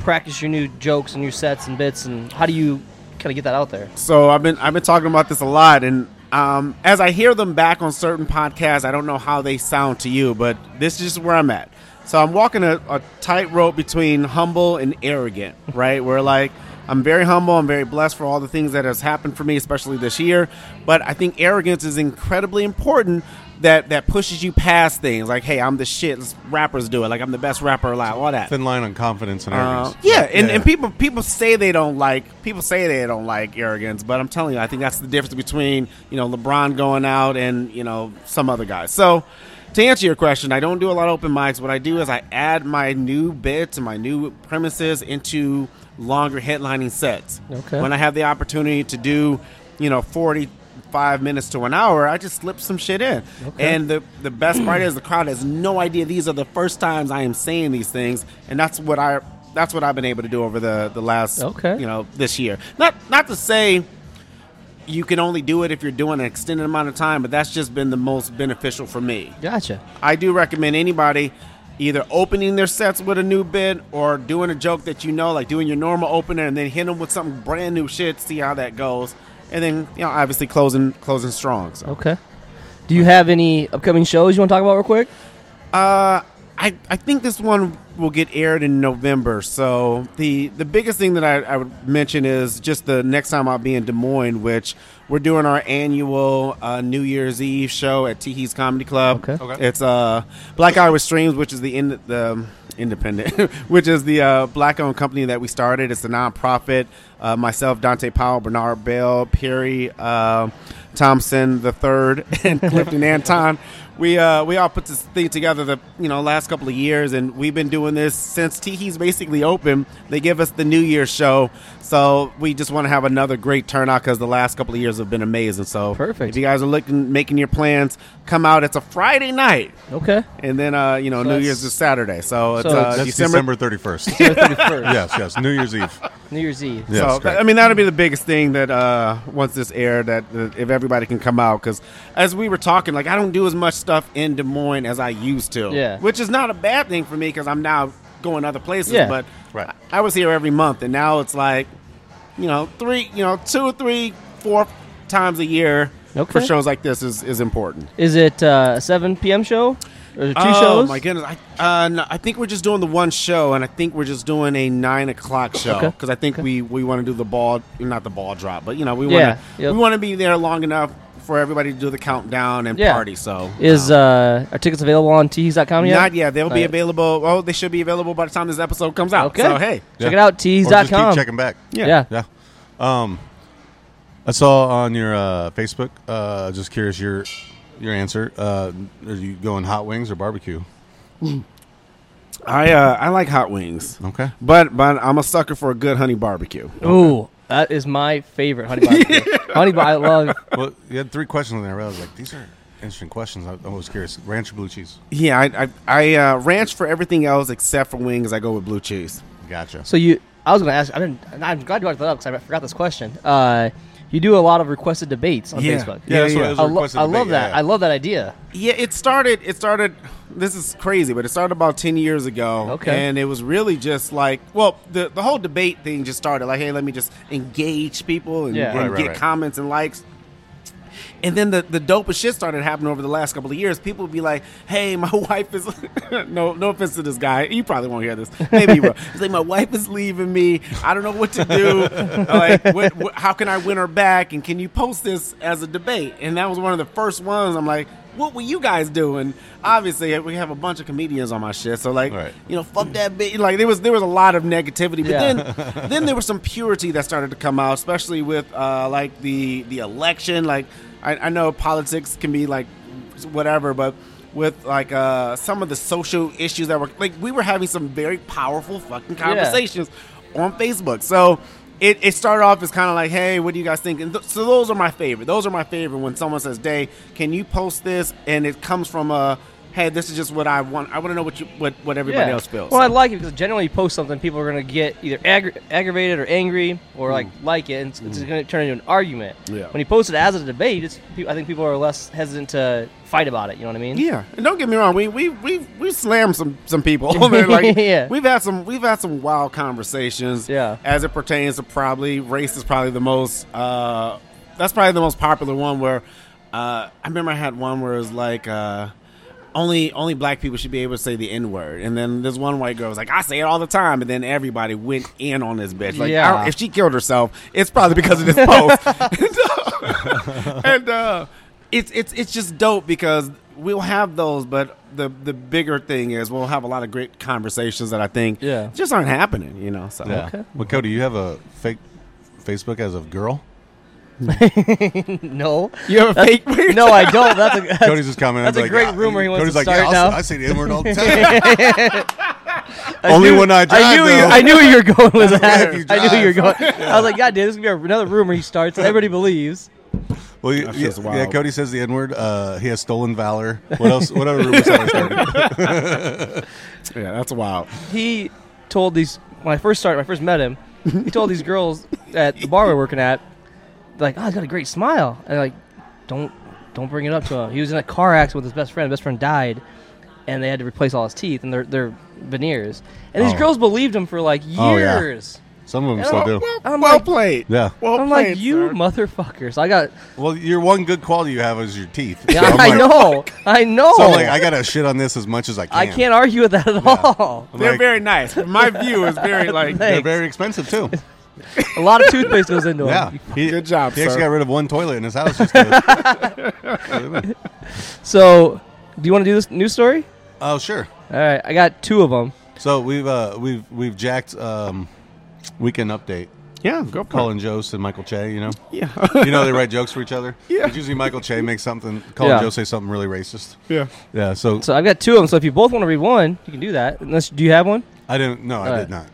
Speaker 5: practice your new jokes and your sets and bits, and how do you kind of get that out there?
Speaker 3: So I've been I've been talking about this a lot, and um, as I hear them back on certain podcasts, I don't know how they sound to you, but this is where I'm at. So I'm walking a, a tightrope between humble and arrogant, right? Where like I'm very humble, I'm very blessed for all the things that has happened for me, especially this year. But I think arrogance is incredibly important. That that pushes you past things like, hey, I'm the shit. Rappers do it. Like I'm the best rapper alive. All that
Speaker 4: Thin line on confidence and
Speaker 3: uh,
Speaker 4: arrogance.
Speaker 3: yeah, and, and people people say they don't like people say they don't like arrogance, but I'm telling you, I think that's the difference between you know LeBron going out and you know some other guys. So to answer your question, I don't do a lot of open mics. What I do is I add my new bits and my new premises into longer headlining sets.
Speaker 5: Okay.
Speaker 3: When I have the opportunity to do, you know, 45 minutes to an hour, I just slip some shit in.
Speaker 5: Okay.
Speaker 3: And the, the best part is the crowd has no idea these are the first times I am saying these things. And that's what I that's what I've been able to do over the, the last
Speaker 5: Okay.
Speaker 3: you know, this year. Not not to say you can only do it if you're doing an extended amount of time, but that's just been the most beneficial for me.
Speaker 5: Gotcha.
Speaker 3: I do recommend anybody either opening their sets with a new bit or doing a joke that you know, like doing your normal opener, and then hit them with something brand new shit. See how that goes, and then you know, obviously closing closing strong. So.
Speaker 5: Okay. Do you have any upcoming shows you want to talk about real quick?
Speaker 3: Uh, I I think this one will get aired in November. So the the biggest thing that I, I would mention is just the next time I'll be in Des Moines, which we're doing our annual uh, New Year's Eve show at Teehee's Comedy Club.
Speaker 5: Okay. Okay.
Speaker 3: It's uh Black Iowa Streams, which is the in the um, independent, which is the uh, black owned company that we started. It's a nonprofit. Uh, myself, Dante Powell, Bernard Bell, Perry uh, Thompson the third, and Clifton Anton. We uh, we all put this thing together the you know last couple of years, and we've been doing this since Teehee's basically open. They give us the New Year's show, so we just want to have another great turnout because the last couple of years have been amazing. So perfect. If you guys are looking making your plans, come out. It's a Friday night.
Speaker 5: Okay.
Speaker 3: And then uh, you know New
Speaker 5: that's-
Speaker 3: Year's is Saturday, so it's
Speaker 5: So
Speaker 3: uh,
Speaker 5: it's-
Speaker 4: That's
Speaker 3: December.
Speaker 4: December 31st.
Speaker 5: December 31st.
Speaker 4: yes, yes. New Year's Eve.
Speaker 5: New Year's Eve.
Speaker 4: Yes,
Speaker 3: so
Speaker 4: correct.
Speaker 3: I mean that'll be the biggest thing that uh, once this air that that if everybody can come out because as we were talking like I don't do as much stuff in Des Moines as I used to
Speaker 5: Yeah.
Speaker 3: which is not a bad thing for me because I'm now going other places
Speaker 5: Yeah.
Speaker 3: but I was here every month and now it's like you know three you know two three four times a year for
Speaker 5: Okay.
Speaker 3: shows like this is is important.
Speaker 5: Is it uh, a 7 p.m. show? Or is it two
Speaker 3: oh,
Speaker 5: shows?
Speaker 3: my goodness! I, uh, no, I think we're just doing the one show, and I think we're just doing a nine o'clock show
Speaker 5: Okay.
Speaker 3: because I think we, we want to do the ball, not the ball drop, but you know we want
Speaker 5: Yeah,
Speaker 3: to
Speaker 5: yep.
Speaker 3: we want to be there long enough for everybody to do the countdown and
Speaker 5: Yeah.
Speaker 3: party. So
Speaker 5: Is uh, are tickets available on tees.com yet?
Speaker 3: not yet. They'll be
Speaker 5: Alright.
Speaker 3: available. Oh, they should be available by the time this episode comes out.
Speaker 5: Okay.
Speaker 3: So hey,
Speaker 5: Check it out,
Speaker 4: Or just
Speaker 5: tees.com.
Speaker 4: keep checking back.
Speaker 5: Yeah. Yeah.
Speaker 4: Yeah. Um, I saw on your uh, Facebook. Uh, just curious your your answer. Uh, are you going hot wings or barbecue?
Speaker 3: I uh, I like hot wings.
Speaker 4: Okay,
Speaker 3: but but I'm a sucker for a good honey barbecue.
Speaker 5: Ooh, that is my favorite honey barbecue. honey bar, I love.
Speaker 4: Well, you had three questions in there. I was like, these are interesting questions. I, I was curious. Ranch or blue cheese?
Speaker 3: Yeah, I I, I uh, ranch for everything else except for wings. I go with blue cheese.
Speaker 4: Gotcha.
Speaker 5: So you, I was going to ask. I didn't. and I'm glad you brought that up because I forgot this question. Uh,
Speaker 7: you do a lot of requested debates on
Speaker 3: Yeah.
Speaker 7: Facebook.
Speaker 3: Yeah, that's what it is,
Speaker 7: I, lo-
Speaker 3: requested
Speaker 7: I love
Speaker 3: debate,
Speaker 7: that.
Speaker 3: yeah.
Speaker 7: I love that idea.
Speaker 3: Yeah, it started. It started. This is crazy, but it started about ten years ago.
Speaker 7: Okay.
Speaker 3: and it was really just like, well, the the whole debate thing just started. Like, hey, let me just engage people and,
Speaker 7: Yeah.
Speaker 3: and
Speaker 7: Right, right,
Speaker 3: get
Speaker 7: right.
Speaker 3: comments and likes. And then the the dopest shit started happening over the last couple of years. People would be like, "Hey, my wife is no no offense to this guy. You probably won't hear this. Maybe you will. He's like, my wife is leaving me. I don't know what to do. like, what, what, how can I win her back? And can you post this as a debate? And that was one of the first ones. I'm like, what were you guys doing? Obviously, we have a bunch of comedians on my shit, so like, you know, fuck that bitch. Like there was there was a lot of negativity, but
Speaker 6: Yeah.
Speaker 3: then then there was some purity that started to come out, especially with uh, like the the election. Like I, I know politics can be like whatever, but with like uh, some of the social issues that were like we were having some very powerful fucking
Speaker 6: Yeah.
Speaker 3: conversations on Facebook. So it, it started off as kind of like, hey, what do you guys think? And th- so those are my favorite. Those are my favorite when someone says, "Day, can you post this?" And it comes from a, "Hey, this is just what I want. I want to know what you what what everybody
Speaker 7: Yeah.
Speaker 3: else feels."
Speaker 7: Well, I like it because generally you post something, people are going to get either aggra- aggravated or angry or like like it, and it's, it's going to turn into an argument.
Speaker 3: Mm. Yeah.
Speaker 7: When you post it as a debate, it's, pe- I think people are less hesitant to fight about it. You know what I mean?
Speaker 3: Yeah, and don't get me wrong, we we we we slammed some some people. I mean, like,
Speaker 7: Yeah.
Speaker 3: we've had some we've had some wild conversations. Yeah, as it pertains to probably race is probably the most uh that's probably the most popular one where uh I remember I had one where it was like uh. Only, only black people should be able to say the N word, and then this one white girl was like, "I say it all the time," and then everybody went in on this bitch. Like, I
Speaker 6: Yeah.
Speaker 3: don't- if she killed herself, it's probably because of this post. and uh, it's it's it's just dope because we'll have those, but the the bigger thing is we'll have a lot of great conversations that I think
Speaker 4: Yeah.
Speaker 3: just aren't happening, you know. So
Speaker 4: Yeah. Well, Cody, you have a fake Facebook as a girl.
Speaker 7: no.
Speaker 3: You have a
Speaker 7: That's-
Speaker 3: fake weird-
Speaker 7: No, I don't. That's a that's,
Speaker 4: Cody's just commenting,
Speaker 7: That's a
Speaker 4: like,
Speaker 7: great
Speaker 4: "Ah,"
Speaker 7: rumor he wants
Speaker 4: Cody's
Speaker 7: to
Speaker 4: like,
Speaker 7: start
Speaker 4: "Yeah, I'll-
Speaker 7: now.
Speaker 4: I say the N-word all the time. Only
Speaker 7: knew-
Speaker 4: when I drive,
Speaker 7: I knew, you-
Speaker 4: though.
Speaker 7: I knew where you were going with
Speaker 4: That's
Speaker 7: that.
Speaker 4: where you
Speaker 7: I knew you were going.
Speaker 4: drive.
Speaker 7: I was like, God damn, this is gonna be another rumor he starts. that Everybody believes.
Speaker 4: Well, you-
Speaker 7: That's
Speaker 4: yeah,
Speaker 7: just wild.
Speaker 4: yeah, Cody says the N word. Uh, he has stolen valor. What else? What other rumors have I started?
Speaker 3: yeah, that's wild.
Speaker 7: he told these when I first started, when I first met him, he told these girls at the bar we were working at, like, "Oh, he's got a great smile," and they're like, "Don't, don't bring it up to him." He was in a car accident with his best friend. His best friend died, and they had to replace all his teeth and their their veneers. And these
Speaker 4: Oh.
Speaker 7: girls believed him for like
Speaker 4: Oh, yeah.
Speaker 7: years.
Speaker 4: Some of them
Speaker 7: And
Speaker 4: still
Speaker 7: I'm-
Speaker 4: do.
Speaker 7: I'm
Speaker 3: well
Speaker 7: like-
Speaker 3: played.
Speaker 4: Yeah.
Speaker 3: Well
Speaker 7: I'm like,
Speaker 3: played,
Speaker 7: you motherfuckers. I got.
Speaker 4: Well, your one good quality you have is your teeth.
Speaker 7: Yeah,
Speaker 4: So I'm
Speaker 7: I
Speaker 4: like-
Speaker 7: know. I know.
Speaker 4: So I'm like, I gotta shit on this as much as I can.
Speaker 7: I can't argue with that at all.
Speaker 4: I'm They're like-
Speaker 3: very nice. My view is very like
Speaker 4: They're very expensive too.
Speaker 7: a lot of toothpaste goes into it.
Speaker 4: Yeah.
Speaker 3: Good job,
Speaker 4: He actually
Speaker 3: sir.
Speaker 4: got rid of one toilet in his house. Just to-
Speaker 7: So, do you want to do this new story?
Speaker 4: Oh, sure.
Speaker 7: All right, I got two of them.
Speaker 4: So we've uh, we've we've jacked um, weekend update.
Speaker 3: Yeah, go for
Speaker 4: Colin Jost and Michael Che. You know.
Speaker 3: Yeah.
Speaker 4: you know they write jokes for each other.
Speaker 3: Yeah.
Speaker 4: It's usually Michael Che makes something. Colin
Speaker 7: Yeah.
Speaker 4: Jost say something really racist.
Speaker 3: Yeah.
Speaker 4: Yeah. So
Speaker 7: So I've got two of them. So if you both want to read one, you can do that. Unless do you have one?
Speaker 4: I didn't. No, I
Speaker 7: All
Speaker 4: did not.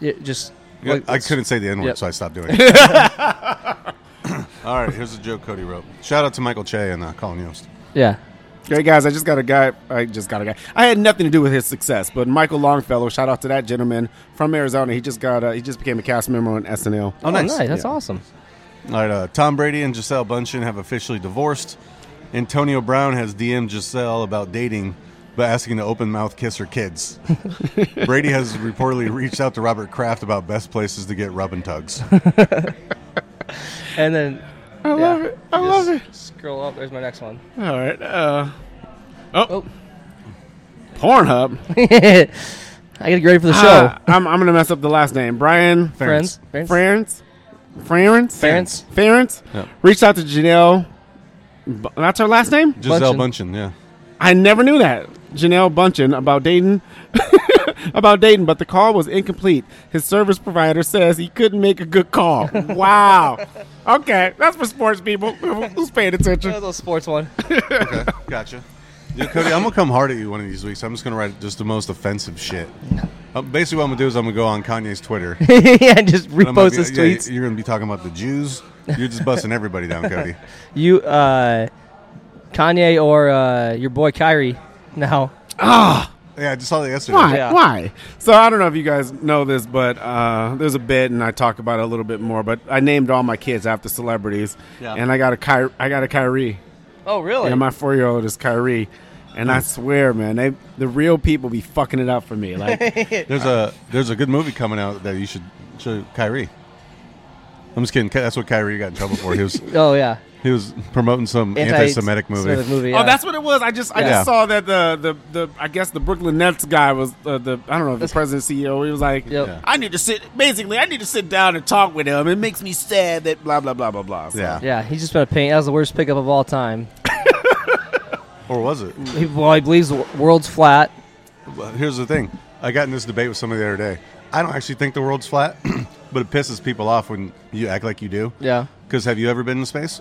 Speaker 7: Yeah, just
Speaker 4: Yeah,
Speaker 7: like,
Speaker 4: I couldn't say the N word,
Speaker 7: Yep.
Speaker 4: so I stopped doing it. All right, here's a joke Cody wrote. Shout out to Michael Che and uh, Colin Yost.
Speaker 7: Yeah.
Speaker 3: Great guys, I just got a guy. I just got a guy. I had nothing to do with his success, but Michael Longfellow, shout out to that gentleman from Arizona. He just got uh, he just became a cast member on SNL.
Speaker 4: Oh, nice.
Speaker 7: That's awesome.
Speaker 4: All right, uh, Tom Brady and Giselle Bundchen have officially divorced. Antonio Brown has DM'd Giselle about dating, but asking to open mouth kiss her kids. Brady has reportedly reached out to Robert Kraft about best places to get rub and tugs.
Speaker 7: And then
Speaker 3: I love it. I love it.
Speaker 7: Scroll up. There's my next one.
Speaker 3: All right. Uh, oh. Pornhub.
Speaker 7: I get a grade for the
Speaker 3: Ah,
Speaker 7: show.
Speaker 3: I'm, I'm gonna mess up the last name. Brian
Speaker 7: Ferentz.
Speaker 3: Ferentz.
Speaker 7: Ferentz.
Speaker 3: Ferentz. Ferentz.
Speaker 7: Ferentz.
Speaker 3: Ferentz.
Speaker 4: Yep.
Speaker 3: Reached out to Janelle. Bu- That's her last name.
Speaker 4: Giselle Bundchen, yeah.
Speaker 3: I never knew that. Janelle Bunchen about Dayton. about Dayton, but the call was incomplete. His service provider says he couldn't make a good call. wow. Okay, that's for sports people. Who's paying attention?
Speaker 7: That was a sports one.
Speaker 4: okay, gotcha. Dude, Cody, I'm gonna come hard at you one of these weeks. I'm just gonna write just the most offensive shit. Uh, basically, what I'm gonna do is I'm gonna go on Kanye's Twitter
Speaker 7: Yeah, and just
Speaker 4: I'm gonna
Speaker 7: repost
Speaker 4: be-
Speaker 7: his
Speaker 4: yeah,
Speaker 7: tweets.
Speaker 4: You're gonna be talking about the Jews. You're just busting everybody down, Cody.
Speaker 7: You, uh, Kanye or uh, your boy Kyrie now.
Speaker 3: Ah.
Speaker 4: Yeah, I just saw that yesterday.
Speaker 3: Why? Why? So I don't know if you guys know this, but uh, there's a bit, and I talk about it a little bit more. But I named all my kids after celebrities,
Speaker 7: Yeah.
Speaker 3: and I got a Ky- I got a Kyrie.
Speaker 7: Oh, really?
Speaker 3: Yeah, my four year old is Kyrie, and I swear, man, they the real people be fucking it up for me. Like,
Speaker 4: there's a there's a good movie coming out that you should show Kyrie. I'm just kidding. Ky- That's what Kyrie got in trouble for. He was
Speaker 7: Oh, yeah.
Speaker 4: he was promoting some anti-Semitic movie.
Speaker 3: Oh, that's what it was. I just I
Speaker 4: Yeah.
Speaker 3: just saw that the, the the I guess the Brooklyn Nets guy was uh, the I don't know the president CEO. He was like, I need to sit. Basically, I need to sit down and talk with him. It makes me sad that blah blah blah blah blah. So-
Speaker 7: Yeah, he's just been a pain. That was the worst pickup of all time.
Speaker 4: or was it?
Speaker 7: He, well, he believes the wor- world's flat.
Speaker 4: Well, here's the thing. I got in this debate with somebody the other day. I don't actually think the world's flat, but it pisses people off when you act like you do.
Speaker 7: Yeah.
Speaker 4: Because have you ever been in space?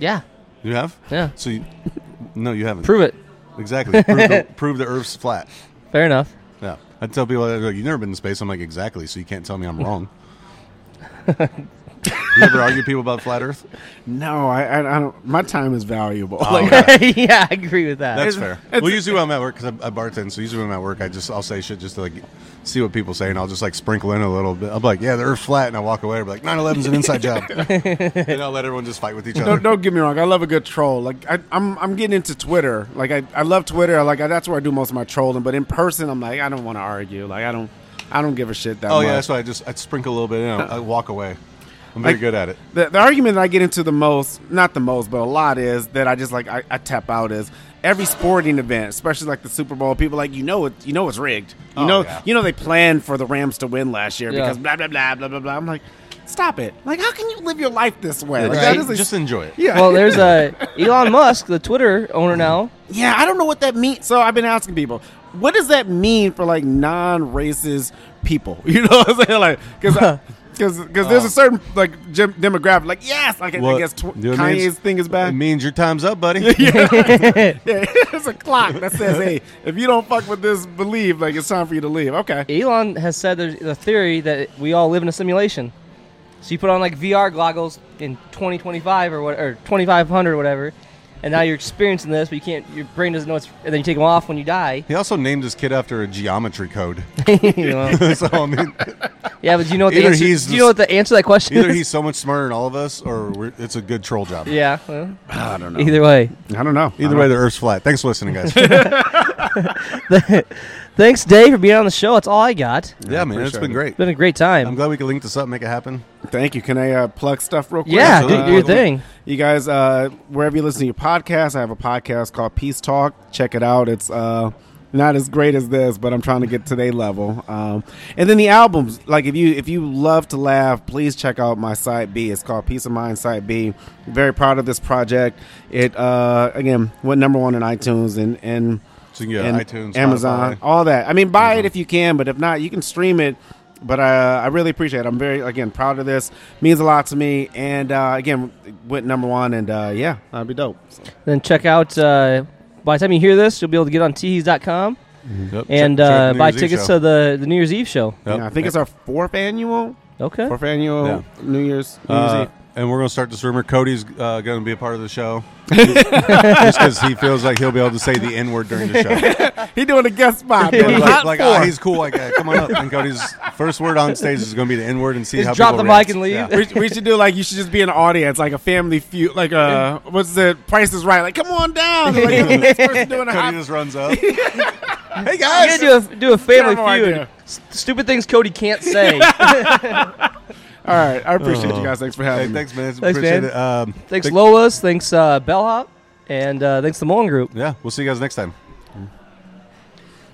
Speaker 7: Yeah.
Speaker 4: You have?
Speaker 7: Yeah.
Speaker 4: So you, no, you haven't.
Speaker 7: Prove it.
Speaker 4: Exactly. prove, the, prove the Earth's flat.
Speaker 7: Fair enough.
Speaker 4: Yeah. I tell people, they're like, you've never been in space. I'm like, exactly. So you can't tell me I'm wrong. you ever argue with people about flat Earth?
Speaker 3: No, I, I, I don't. My time is valuable.
Speaker 4: Oh,
Speaker 3: Like,
Speaker 4: okay.
Speaker 7: yeah, I agree with that.
Speaker 4: That's fair. well, usually when I'm at work, because I, I bartend, so usually when I'm at work, I just I'll say shit just to like see what people say, and I'll just like sprinkle in a little bit. I'll be like, yeah, the Earth's flat, and I walk away. i be like, 9/11's an inside job, and I'll let everyone just fight with each other.
Speaker 3: don't, don't get me wrong. I love a good troll. Like I, I'm, I'm getting into Twitter. Like I, I love Twitter. Like I, that's where I do most of my trolling. But in person, I'm like, I don't want to argue. Like I don't, I don't give a shit that
Speaker 4: oh
Speaker 3: much.
Speaker 4: yeah, that's why I just I sprinkle a little bit in. I, I walk away. I'm very
Speaker 3: Like-
Speaker 4: good at it.
Speaker 3: The, the argument that I get into the most, not the most, but a lot is that I just like I, I tap out is every sporting event, especially like the Super Bowl. People like you know it, you know it's rigged. You
Speaker 4: Oh,
Speaker 3: know,
Speaker 4: yeah.
Speaker 3: you know they planned for the Rams to win last year
Speaker 4: Yeah.
Speaker 3: because blah blah blah blah blah blah. I'm like, stop it! Like how can you live your life this way?
Speaker 4: Yeah,
Speaker 3: Like,
Speaker 4: just-
Speaker 3: that is a-
Speaker 4: just enjoy it.
Speaker 3: Yeah.
Speaker 7: Well, there's uh, Elon Musk, the Twitter owner now.
Speaker 3: Yeah, I don't know what that means. So I've been asking people, what does that mean for like non-racist people? You know what I'm saying? Like, because because there's a certain like gem- demographic. Like, yes, like, I
Speaker 4: Well,
Speaker 3: guess tw-
Speaker 4: you know Oh. what it
Speaker 3: Kanye's
Speaker 4: means?
Speaker 3: thing is bad.
Speaker 4: It means your time's up, buddy.
Speaker 3: yeah, it's a clock that says, "Hey, if you don't fuck with this belief, like it's time for you to leave." Okay.
Speaker 7: Elon has said there's a theory that we all live in a simulation. So you put on like VR goggles in 2025 or what, or 2500 or whatever, and now you're experiencing this, but you can't. Your brain doesn't know it's, and then you take them off when you die.
Speaker 4: He also named his kid after a geometry code.
Speaker 7: You know?
Speaker 4: so I mean,
Speaker 7: Yeah, but do you know what the
Speaker 4: Either
Speaker 7: answer?
Speaker 4: he's
Speaker 7: do you know what the answer to that question
Speaker 4: either
Speaker 7: is?
Speaker 4: he's so much smarter than all of us, or we're, it's a good troll job.
Speaker 7: yeah. Well,
Speaker 3: I don't
Speaker 7: know. Either way.
Speaker 3: I don't know.
Speaker 4: Either way, the Earth's flat. Thanks for listening, guys.
Speaker 7: Thanks, Dave, for being on the show. That's all I got.
Speaker 4: Yeah, man, it's been great.
Speaker 7: Been a great time.
Speaker 4: I'm glad we could link this up, and make it happen.
Speaker 3: Thank you. Can I uh, plug stuff real quick? uh,
Speaker 7: Yeah, Absolutely. do your thing.
Speaker 3: You guys, uh, wherever you listen to your podcast, I have a podcast called Peace Talk. Check it out. It's uh, not as great as this, but I'm trying to get to their level. Um, and then the albums, like if you if you love to laugh, please check out my site B. It's called Peace of Mind Site B. Very proud of this project. It uh, again went number one in iTunes and and.
Speaker 4: So you can
Speaker 3: and
Speaker 4: get iTunes,
Speaker 3: Amazon,
Speaker 4: Spotify. Mm-hmm.
Speaker 3: all that. I mean, buy it if you can, but if not, you can stream it. But uh, I really appreciate it. I'm very, again, proud of this. Means a lot to me. And uh, again, went number one, and uh, yeah, that'd be dope. So.
Speaker 7: Then check out. Uh, by the time you hear this, you'll be able to get on teehees.com
Speaker 4: Yep.
Speaker 7: and
Speaker 3: Check- check
Speaker 7: uh,
Speaker 3: the New
Speaker 7: buy
Speaker 3: Year's Eve
Speaker 7: tickets
Speaker 3: show.
Speaker 7: to the, the New Year's Eve show.
Speaker 3: Yeah, I think it's our fourth annual.
Speaker 7: Okay.
Speaker 3: Fourth annual
Speaker 4: Yeah.
Speaker 3: New Year's. New Year's
Speaker 4: Uh,
Speaker 3: Eve.
Speaker 4: and we're going to start this rumor. Cody's uh, going to be a part of the show just because he feels like he'll be able to say the N word during the show.
Speaker 3: he doing a guest spot.
Speaker 4: Like,
Speaker 3: man.
Speaker 4: like,
Speaker 3: Hot
Speaker 4: like, ah,
Speaker 3: four.
Speaker 4: he's cool like that. Come on up. And Cody's first word on stage is going to be the N word and see
Speaker 7: Just
Speaker 4: how
Speaker 7: drop
Speaker 4: people
Speaker 7: the mic
Speaker 4: react.
Speaker 7: and leave.
Speaker 4: Yeah.
Speaker 3: we, we should do like you should just be an audience, like a family feud, like uh, what's the Price is Right? Like, come on down. Like, this person doing a
Speaker 4: Cody
Speaker 3: hot
Speaker 4: just runs up.
Speaker 3: Hey guys,
Speaker 7: you gotta do a do a family
Speaker 3: Terrible
Speaker 7: feud.
Speaker 3: idea.
Speaker 7: S- stupid things Cody can't say.
Speaker 3: All right, I appreciate you guys. Thanks for having me.
Speaker 4: Oh. Hey, thanks, man.
Speaker 7: thanks,
Speaker 4: Appreciate
Speaker 7: man.
Speaker 4: it. Um,
Speaker 7: thanks,
Speaker 4: thank-
Speaker 7: Lolas. Thanks, uh, Bellhop, and uh, thanks the Mullen Group.
Speaker 4: Yeah, we'll see you guys next time.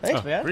Speaker 7: Thanks, man.